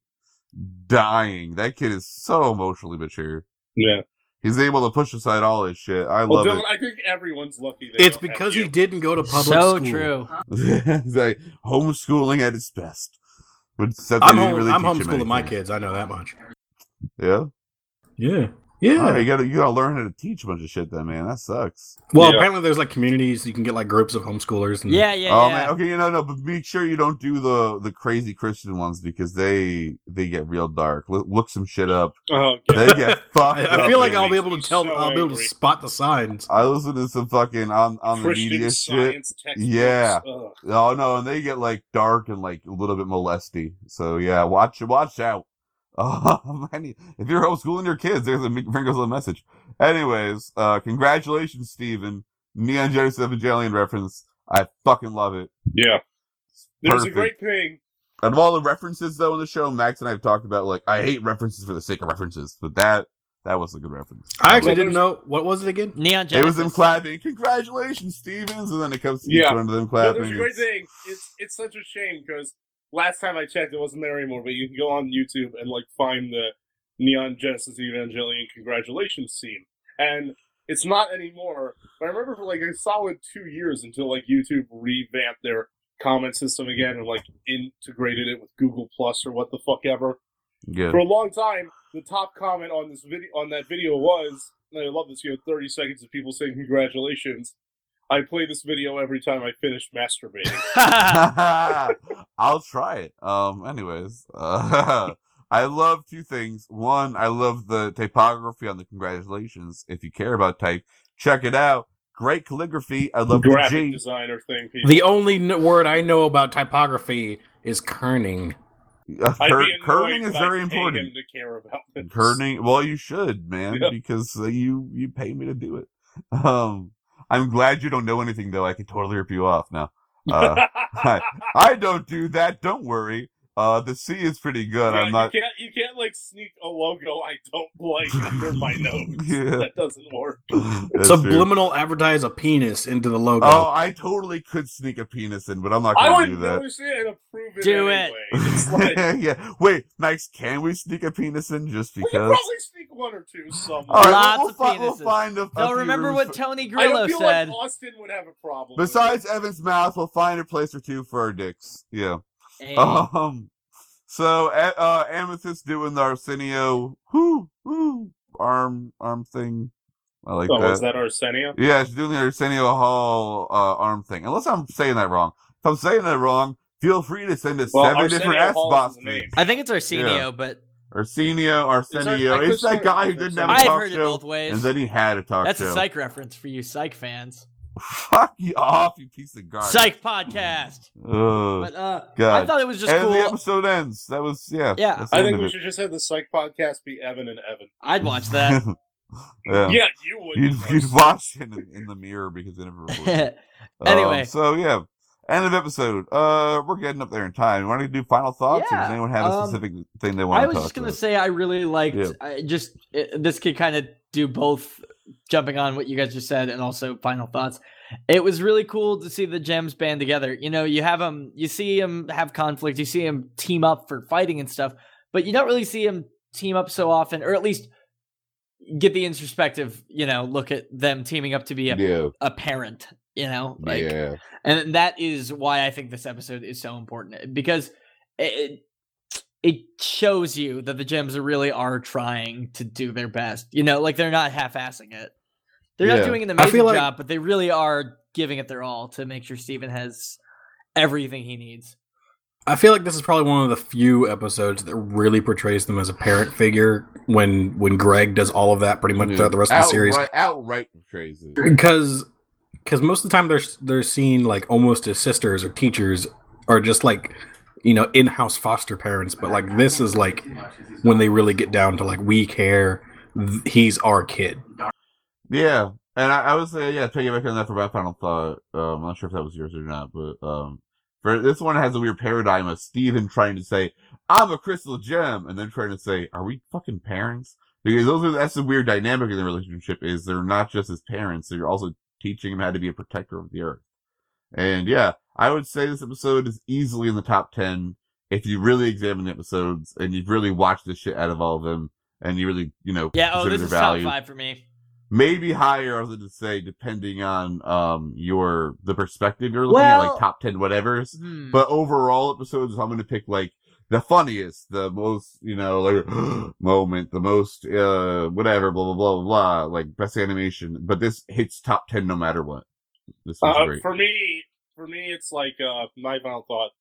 Speaker 1: dying. That kid is so emotionally mature.
Speaker 4: Yeah.
Speaker 1: He's able to push aside all his shit. I
Speaker 4: Well,
Speaker 1: love
Speaker 4: Oh, Dylan, I think everyone's lucky. They
Speaker 2: It's
Speaker 4: don't have
Speaker 2: because
Speaker 4: you.
Speaker 2: he didn't go to public
Speaker 3: So
Speaker 2: school.
Speaker 3: true.
Speaker 1: it. he's like homeschooling at its best. But it's something
Speaker 2: I'm
Speaker 1: you
Speaker 2: home,
Speaker 1: really
Speaker 2: I'm
Speaker 1: teach him
Speaker 2: homeschooling my
Speaker 1: anything.
Speaker 2: kids. I know that much.
Speaker 1: Yeah,
Speaker 2: Yeah. Yeah.
Speaker 1: All right, you gotta you gotta learn how to teach a bunch of shit. Then man, that sucks.
Speaker 2: Well,
Speaker 4: Yeah.
Speaker 2: apparently there's like communities you can get like groups of homeschoolers. And,
Speaker 3: Yeah, yeah,
Speaker 1: oh
Speaker 3: yeah.
Speaker 1: man, okay, you know, no, but make sure you don't do the the crazy Christian ones because they they get real dark. Look, look some shit up.
Speaker 4: Oh, God.
Speaker 1: They get fucked.
Speaker 2: I, I
Speaker 1: up,
Speaker 2: feel like
Speaker 1: man.
Speaker 2: I'll be able to tell.
Speaker 4: So
Speaker 2: I'll be able to
Speaker 4: angry.
Speaker 2: spot the signs.
Speaker 1: I listen to some fucking on on the
Speaker 4: Christian
Speaker 1: media shit.
Speaker 4: science textbooks.
Speaker 1: Yeah.
Speaker 4: Ugh.
Speaker 1: Oh no, and they get like dark and like a little bit molesty. So yeah, watch watch out. Um, I need- if you're homeschooling your kids, there's a Ringo's little message. Anyways, uh, congratulations, Steven. Neon Genesis Evangelion reference. I fucking love it.
Speaker 4: Yeah. There's
Speaker 1: Perfect.
Speaker 4: a great thing.
Speaker 1: Out of all the references though in the show, Max and I have talked about like I hate references for the sake of references, but that that was a good reference.
Speaker 2: I actually
Speaker 4: Well,
Speaker 2: didn't know what was it again.
Speaker 3: Neon
Speaker 1: It was
Speaker 3: Genesis.
Speaker 1: them clapping. Congratulations, Stevens, and then it comes to each
Speaker 4: Yeah.
Speaker 1: one of them
Speaker 4: Well,
Speaker 1: clapping.
Speaker 4: there's a great thing. It's it's such a shame because last time I checked, it wasn't there anymore. But you can go on YouTube and like find the Neon Genesis Evangelion congratulations scene, and it's not anymore. But I remember for like a solid two years until like YouTube revamped their comment system again and like integrated it with Google Plus or what the fuck ever.
Speaker 1: yeah.
Speaker 4: for a long time, the top comment on this video on that video was, and I love this. You know, thirty seconds of people saying congratulations. I play this video every time I finish masturbating.
Speaker 1: I'll try it. Um. Anyways, uh, I love two things. One, I love the typography on the congratulations. If you care about type, check it out. Great calligraphy. I love the
Speaker 4: Graphic
Speaker 1: G.
Speaker 4: designer thing. People.
Speaker 2: The only n- word I know about typography is kerning.
Speaker 1: Uh,
Speaker 4: I'd be
Speaker 1: cur-
Speaker 4: annoyed
Speaker 1: kerning is
Speaker 4: if I
Speaker 1: very
Speaker 4: paid
Speaker 1: important.
Speaker 4: Him to care about this.
Speaker 1: Kerning. Well, you should, man,
Speaker 4: Yeah.
Speaker 1: because uh, you you pay me to do it. Um. I'm glad you don't know anything though. I could totally rip you off now. Uh, I don't do that. Don't worry. Uh, the C is pretty good.
Speaker 4: Yeah,
Speaker 1: I'm not.
Speaker 4: You can't, you can't like sneak a logo I don't like under my nose.
Speaker 1: Yeah.
Speaker 4: That doesn't work.
Speaker 1: That's true.
Speaker 2: Subliminal advertise a penis into the logo.
Speaker 1: Oh, I totally could sneak a penis in, but I'm not
Speaker 4: I
Speaker 1: gonna
Speaker 4: would
Speaker 1: do that.
Speaker 4: notice it and approve move it.
Speaker 3: Do
Speaker 4: anyway.
Speaker 3: it.
Speaker 4: It's like we
Speaker 1: yeah. Wait, Max, can we sneak a penis in just
Speaker 4: could
Speaker 1: because?
Speaker 4: probably sneak one or two somewhere.
Speaker 1: All right,
Speaker 3: Lots
Speaker 1: we'll,
Speaker 3: of
Speaker 1: we'll, fi- we'll
Speaker 3: penises.
Speaker 1: find a.
Speaker 3: No,
Speaker 1: a
Speaker 3: remember
Speaker 1: few
Speaker 3: what
Speaker 1: rooms
Speaker 3: Tony
Speaker 4: I
Speaker 3: Grillo
Speaker 4: don't feel
Speaker 3: said.
Speaker 4: like Austin would have a problem.
Speaker 1: for-
Speaker 4: with
Speaker 1: Besides Evan's mouth, we'll find a place or two for our dicks. Yeah.
Speaker 3: Hey,
Speaker 1: Um. So a- uh, Amethyst doing the Arsenio whoo whoo arm arm thing. I like
Speaker 4: it. Oh,
Speaker 1: that.
Speaker 4: was that Arsenio?
Speaker 1: Yeah, she's doing the Arsenio Hall uh, arm thing. Unless I'm saying that wrong. If I'm saying that wrong, feel free to send us
Speaker 4: Well,
Speaker 1: seven
Speaker 4: Arsenio
Speaker 1: different ass
Speaker 4: Hall is
Speaker 1: bots.
Speaker 4: the name.
Speaker 3: I think it's Arsenio, but
Speaker 1: Arsenio, Arsenio.
Speaker 4: I could
Speaker 1: It's that
Speaker 4: swear
Speaker 1: guy
Speaker 4: I
Speaker 1: who
Speaker 4: heard
Speaker 1: didn't
Speaker 4: that
Speaker 1: have a
Speaker 4: somewhere.
Speaker 3: I've
Speaker 1: talk
Speaker 3: heard it
Speaker 1: show,
Speaker 3: both ways.
Speaker 1: and then he had a talk
Speaker 3: That's a
Speaker 1: show.
Speaker 3: psych reference for you psych fans.
Speaker 1: Fuck you off, you piece of garbage.
Speaker 3: Psych podcast.
Speaker 1: Ugh.
Speaker 3: But uh, I
Speaker 1: God.
Speaker 3: thought it was just
Speaker 1: Mm-hmm. And the
Speaker 3: cool.
Speaker 1: episode ends. That was yeah.
Speaker 3: Yeah.
Speaker 1: that's the
Speaker 4: I
Speaker 1: end
Speaker 4: think
Speaker 1: of
Speaker 4: we
Speaker 1: it.
Speaker 4: should just have the psych podcast be Evan and Evan.
Speaker 3: I'd watch that.
Speaker 1: yeah.
Speaker 4: Yeah, you would.
Speaker 1: You'd, you'd watch it in, in the mirror because it never. recorded. Um,
Speaker 3: Anyway.
Speaker 1: so yeah, end of episode. Uh, we're getting up there in time. Want to do final thoughts? or does
Speaker 3: Yeah,
Speaker 1: anyone have a
Speaker 3: um,
Speaker 1: specific thing they want
Speaker 3: I
Speaker 1: to
Speaker 3: was
Speaker 1: talk
Speaker 3: just gonna
Speaker 1: about?
Speaker 3: say I really liked.
Speaker 1: Yeah.
Speaker 3: I just it, this could kind of do both, jumping on what you guys just said and also final thoughts. It was really cool to see the gems band together. You know, you have them, you see them have conflict, you see them team up for fighting and stuff, but you don't really see them team up so often, or at least get the introspective, you know, look at them teaming up to be a,
Speaker 1: yeah,
Speaker 3: a parent. You know, like
Speaker 1: yeah,
Speaker 3: and that is why I think this episode is so important because it it shows you that the gems really are trying to do their best. You know, like they're not half-assing it. They're
Speaker 1: Yeah.
Speaker 3: not doing an
Speaker 2: I
Speaker 3: amazing
Speaker 2: feel like-
Speaker 3: job, but they really are giving it their all to make sure Steven has everything he needs.
Speaker 2: I feel like this is probably one of the few episodes that really portrays them as a parent figure when when Greg does all of that pretty much
Speaker 3: Hmm.
Speaker 1: Yeah.
Speaker 2: throughout the rest of the series.
Speaker 1: Outright, outright crazy.
Speaker 2: Because because most of the time they're they're seen like almost as sisters or teachers or just like you know in-house foster parents, but like this is like when they really get down to like we care, th- he's our kid.
Speaker 1: Yeah, and I, I was uh, yeah piggybacking on that for my final thought. Um, I'm not sure if that was yours or not, but um, for this one has a weird paradigm of Steven trying to say I'm a crystal gem, and then trying to say Are we fucking parents? Because those are that's the weird dynamic in the relationship is they're not just his parents, they're also teaching him how to be a protector of the earth. And yeah, I would say this episode is easily in the top ten if you really examine the episodes and you've really watched the shit out of all of them and you really you know
Speaker 3: Yeah, oh,
Speaker 1: consider
Speaker 3: this
Speaker 1: their
Speaker 3: is top
Speaker 1: value
Speaker 3: five for me.
Speaker 1: maybe higher. I was going to say, depending on um your the perspective you're looking at,
Speaker 3: Well-
Speaker 1: like top ten whatever's.
Speaker 3: Hmm.
Speaker 1: But overall episodes, I'm going to pick like the funniest, the most you know like moment, the most uh whatever, blah blah blah blah blah, like best animation. But this hits top ten no matter what. This one's
Speaker 4: Uh,
Speaker 1: great.
Speaker 4: for me, for me, it's like uh, my final thought.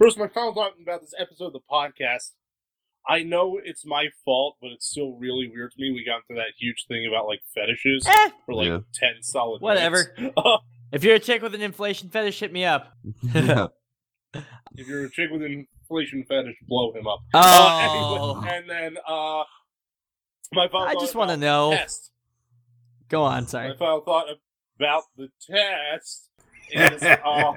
Speaker 4: First, my final thought about this episode of the podcast. I know it's my fault, but it's still really weird to me. We got into that huge thing about like fetishes
Speaker 3: Eh,
Speaker 4: for like
Speaker 1: Yeah.
Speaker 4: ten solid.
Speaker 3: Whatever.
Speaker 4: minutes.
Speaker 3: if you're a chick with an inflation fetish, hit me up.
Speaker 1: yeah.
Speaker 4: if you're a chick with an inflation fetish, blow him up.
Speaker 3: Oh,
Speaker 4: Uh, anyway, and then uh, my final
Speaker 3: I
Speaker 4: thought
Speaker 3: just want to
Speaker 4: about
Speaker 3: know.
Speaker 4: the test.
Speaker 3: Go on, sorry.
Speaker 4: My final thought about the test is. Uh,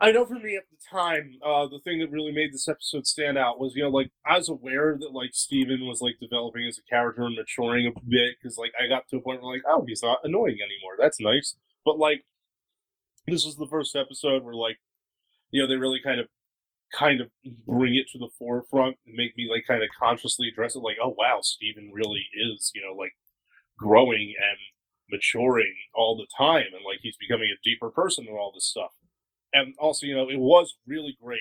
Speaker 4: I know for me at the time, uh, the thing that really made this episode stand out was, you know, like I was aware that like Steven was like developing as a character and maturing a bit because like I got to a point where like, oh, he's not annoying anymore. That's nice. But like, this was the first episode where like, you know, they really kind of, kind of bring it to the forefront and make me like kind of consciously address it. Like, oh wow, Steven really is, you know, like growing and maturing all the time, and like he's becoming a deeper person and all this stuff and also you know it was really great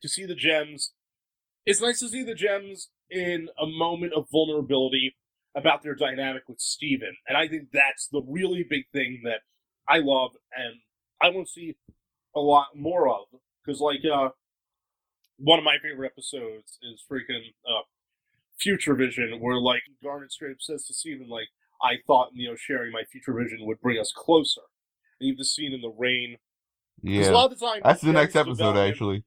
Speaker 4: to see the gems it's nice to see the gems in a moment of vulnerability about their dynamic with steven and i think that's the really big thing that i love and i want to see a lot more of because like uh one of my favorite episodes is freaking uh future vision where like garnet straight up says to steven like i thought you know sharing my future vision would bring us closer and you've just seen in the rain because a
Speaker 1: Yeah.
Speaker 4: lot of the time,
Speaker 1: That's the
Speaker 4: Jem's
Speaker 1: next episode,
Speaker 4: development-
Speaker 1: actually.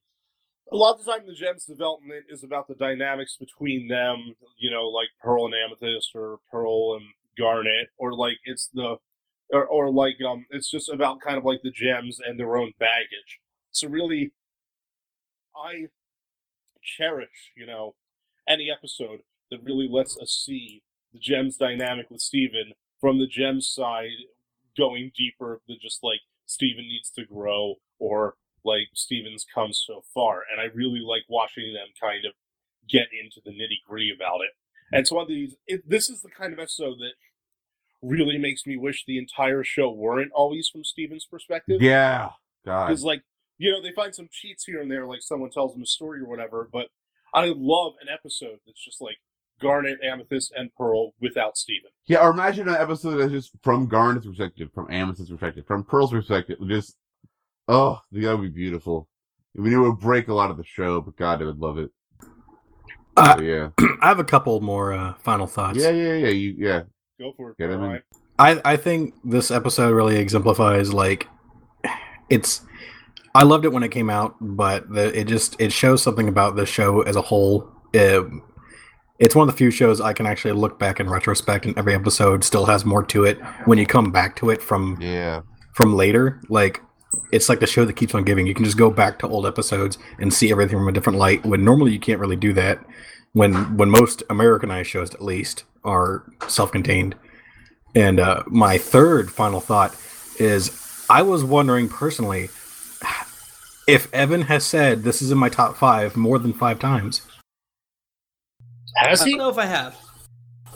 Speaker 4: A lot of the time, the gems development is about the dynamics between them. You know, like Pearl and Amethyst, or Pearl and Garnet, or like it's the, or, or like um, it's just about kind of like the gems and their own baggage. So really, I cherish you know any episode that really lets us see the gems dynamic with Steven from the gems side going deeper than just like Steven needs to grow or like Stevens come so far, and I really like watching them kind of get into the nitty gritty about it. And so on these, it, this is the kind of episode that really makes me wish the entire show weren't always from Steven's perspective.
Speaker 1: Yeah. God.
Speaker 4: Because like you know they find some cheats here and there, like someone tells them a story or whatever. But I love an episode that's just like Garnet, Amethyst, and Pearl without Steven.
Speaker 1: Yeah, or imagine an episode that's just from Garnet's perspective, from Amethyst's perspective, from Pearl's perspective. Just, oh, that would be beautiful. I mean, it would break a lot of the show, but God, I would love it.
Speaker 2: Uh,
Speaker 1: So, yeah.
Speaker 2: I have a couple more uh, final thoughts.
Speaker 1: Yeah, yeah, yeah. You, yeah.
Speaker 4: Go for it.
Speaker 1: Get him in.
Speaker 4: Brian.
Speaker 2: I I think this episode really exemplifies like it's I loved it when it came out, but the, it just it shows something about the show as a whole. Um, it's one of the few shows I can actually look back in retrospect, and every episode still has more to it when you come back to it from
Speaker 1: Yeah.
Speaker 2: from later. Like it's like the show that keeps on giving. You can just go back to old episodes and see everything from a different light. When normally you can't really do that. When when most Americanized shows, at least, are self-contained. And uh, my third final thought is, I was wondering personally if Evan has said this is in my top five more than five times.
Speaker 4: Has
Speaker 3: I don't
Speaker 4: he?
Speaker 3: know if I have.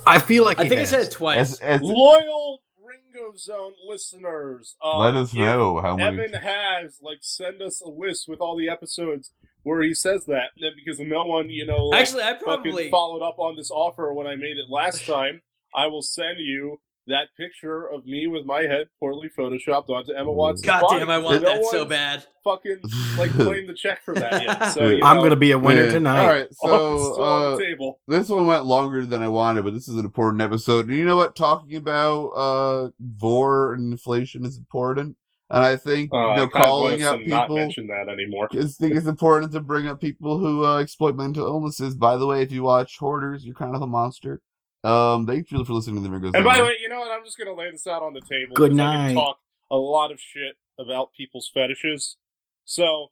Speaker 2: I feel like
Speaker 3: I
Speaker 2: he
Speaker 3: think
Speaker 2: has.
Speaker 3: I said it twice.
Speaker 1: As, as,
Speaker 4: Loyal Ringo Zone listeners. Um,
Speaker 1: let us
Speaker 4: if
Speaker 1: know how many.
Speaker 4: Evan has like send us a list with all the episodes where he says that and because no one you know like,
Speaker 3: Actually, I
Speaker 4: fucking
Speaker 3: probably.
Speaker 4: followed up on this offer when I made it last time. I will send you that picture of me with my head poorly photoshopped onto Emma Watson's
Speaker 3: God
Speaker 4: body.
Speaker 3: damn, I want
Speaker 4: No
Speaker 3: that so
Speaker 4: one's
Speaker 3: bad.
Speaker 4: Fucking like claim the check for that yet. So
Speaker 1: I'm
Speaker 4: you
Speaker 2: I'm
Speaker 4: know,
Speaker 2: gonna be a winner
Speaker 1: Yeah.
Speaker 2: tonight.
Speaker 1: All right.
Speaker 4: oh, it's
Speaker 1: So,
Speaker 4: still on
Speaker 1: uh,
Speaker 4: the table.
Speaker 1: this one went longer than I wanted, but this is an important episode. And you know what? Talking about uh war and inflation is important, and I think
Speaker 4: Uh,
Speaker 1: you
Speaker 4: I
Speaker 1: know
Speaker 4: kinda
Speaker 1: calling
Speaker 4: wanna
Speaker 1: out
Speaker 4: not
Speaker 1: people.
Speaker 4: mention that anymore.
Speaker 1: I think it's important to bring up people who uh, exploit mental illnesses. By the way, if you watch Hoarders, you're kind of a monster. Um, thank you for listening to the Ringo.
Speaker 4: And by the
Speaker 1: Zone.
Speaker 4: way, you know what? I'm just gonna lay this out on the table.
Speaker 2: Good
Speaker 4: 'cause I
Speaker 2: night.
Speaker 4: can talk a lot of shit about people's fetishes. So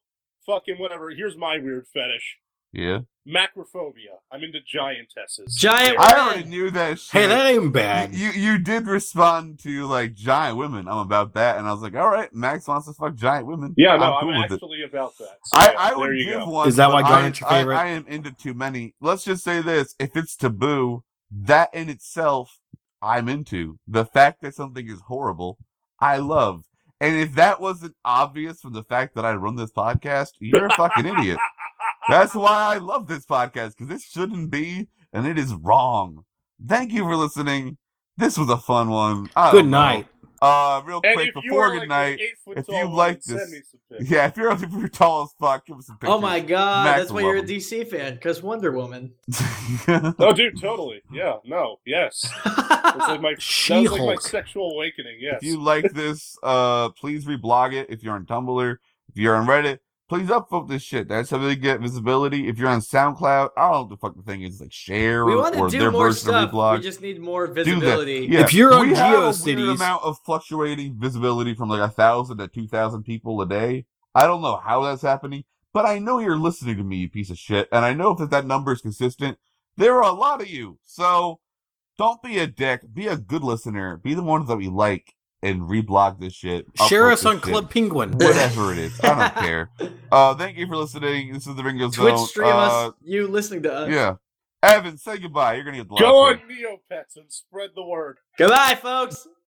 Speaker 4: fucking whatever. Here's my weird fetish:
Speaker 1: yeah,
Speaker 4: macrophobia. I'm into giantesses.
Speaker 3: Giant-
Speaker 1: I already knew that. Shit.
Speaker 2: Hey, that ain't bad.
Speaker 1: You you did respond to like giant women. I'm about that, and I was like, all right, Max wants to fuck giant women.
Speaker 4: Yeah, no,
Speaker 1: I'm
Speaker 4: I'm,
Speaker 1: cool with it.
Speaker 4: actually about that. So,
Speaker 1: I,
Speaker 4: yeah,
Speaker 1: I
Speaker 4: there
Speaker 1: would
Speaker 4: you
Speaker 1: give
Speaker 4: go.
Speaker 1: one.
Speaker 2: Is that
Speaker 1: but
Speaker 2: why
Speaker 1: I-
Speaker 2: Garnet's your
Speaker 1: I-
Speaker 2: favorite?
Speaker 1: I, am into too many. Let's just say this: if it's taboo, that in itself, I'm into. The fact that something is horrible, I love. And if that wasn't obvious from the fact that I run this podcast, you're a fucking idiot. That's why I love this podcast because this shouldn't be, and it is wrong. Thank you for listening. This was a fun one. I
Speaker 2: Good
Speaker 1: don't know.
Speaker 2: night.
Speaker 1: Uh, real
Speaker 4: And
Speaker 1: quick
Speaker 4: if you
Speaker 1: before
Speaker 4: are, like,
Speaker 1: good night.
Speaker 4: eight foot
Speaker 1: if
Speaker 4: tall
Speaker 1: you
Speaker 4: woman,
Speaker 1: like
Speaker 4: send
Speaker 1: this-
Speaker 4: me some pics.
Speaker 1: Yeah, if you're if you're tall as fuck, give us some pictures.
Speaker 3: Oh my god,
Speaker 1: Max
Speaker 3: that's why
Speaker 1: will
Speaker 3: you're a
Speaker 1: love him.
Speaker 3: DC fan, because Wonder Woman.
Speaker 4: Oh, dude, totally. Yeah, no, yes. That's like my, that was like my
Speaker 2: She-Hulk.
Speaker 4: sexual awakening. Yes.
Speaker 1: if you like this, uh, please reblog it. If you're on Tumblr, if you're on Reddit, please upvote this shit. That's how they get visibility. If you're on SoundCloud, I don't know what the fuck the thing is like share
Speaker 3: we
Speaker 1: or,
Speaker 3: want to
Speaker 1: or
Speaker 3: do
Speaker 1: their
Speaker 3: more
Speaker 1: version
Speaker 3: stuff.
Speaker 1: of reblog.
Speaker 3: We just need more
Speaker 1: Do that.
Speaker 3: visibility.
Speaker 1: Yeah.
Speaker 2: If you're on
Speaker 1: we have a weird
Speaker 2: GeoCities-
Speaker 1: amount of fluctuating visibility from like a thousand to two thousand people a day. I don't know how that's happening, but I know you're listening to me, you piece of shit, and I know if that, that number is consistent, there are a lot of you. So don't be a dick. Be a good listener. Be the ones that we like and reblog this shit.
Speaker 2: Share
Speaker 1: upload
Speaker 2: us
Speaker 1: this
Speaker 2: on
Speaker 1: shit,
Speaker 2: Club Penguin.
Speaker 1: Whatever it is, I don't care. Uh, thank you for listening. This is the Ringo Zone.
Speaker 3: Twitch stream
Speaker 1: Uh,
Speaker 3: us, you listening to us.
Speaker 1: Yeah, Evan, say goodbye. You're gonna get the last
Speaker 4: Go
Speaker 1: word.
Speaker 4: on Neopets and spread the word.
Speaker 3: Goodbye, folks.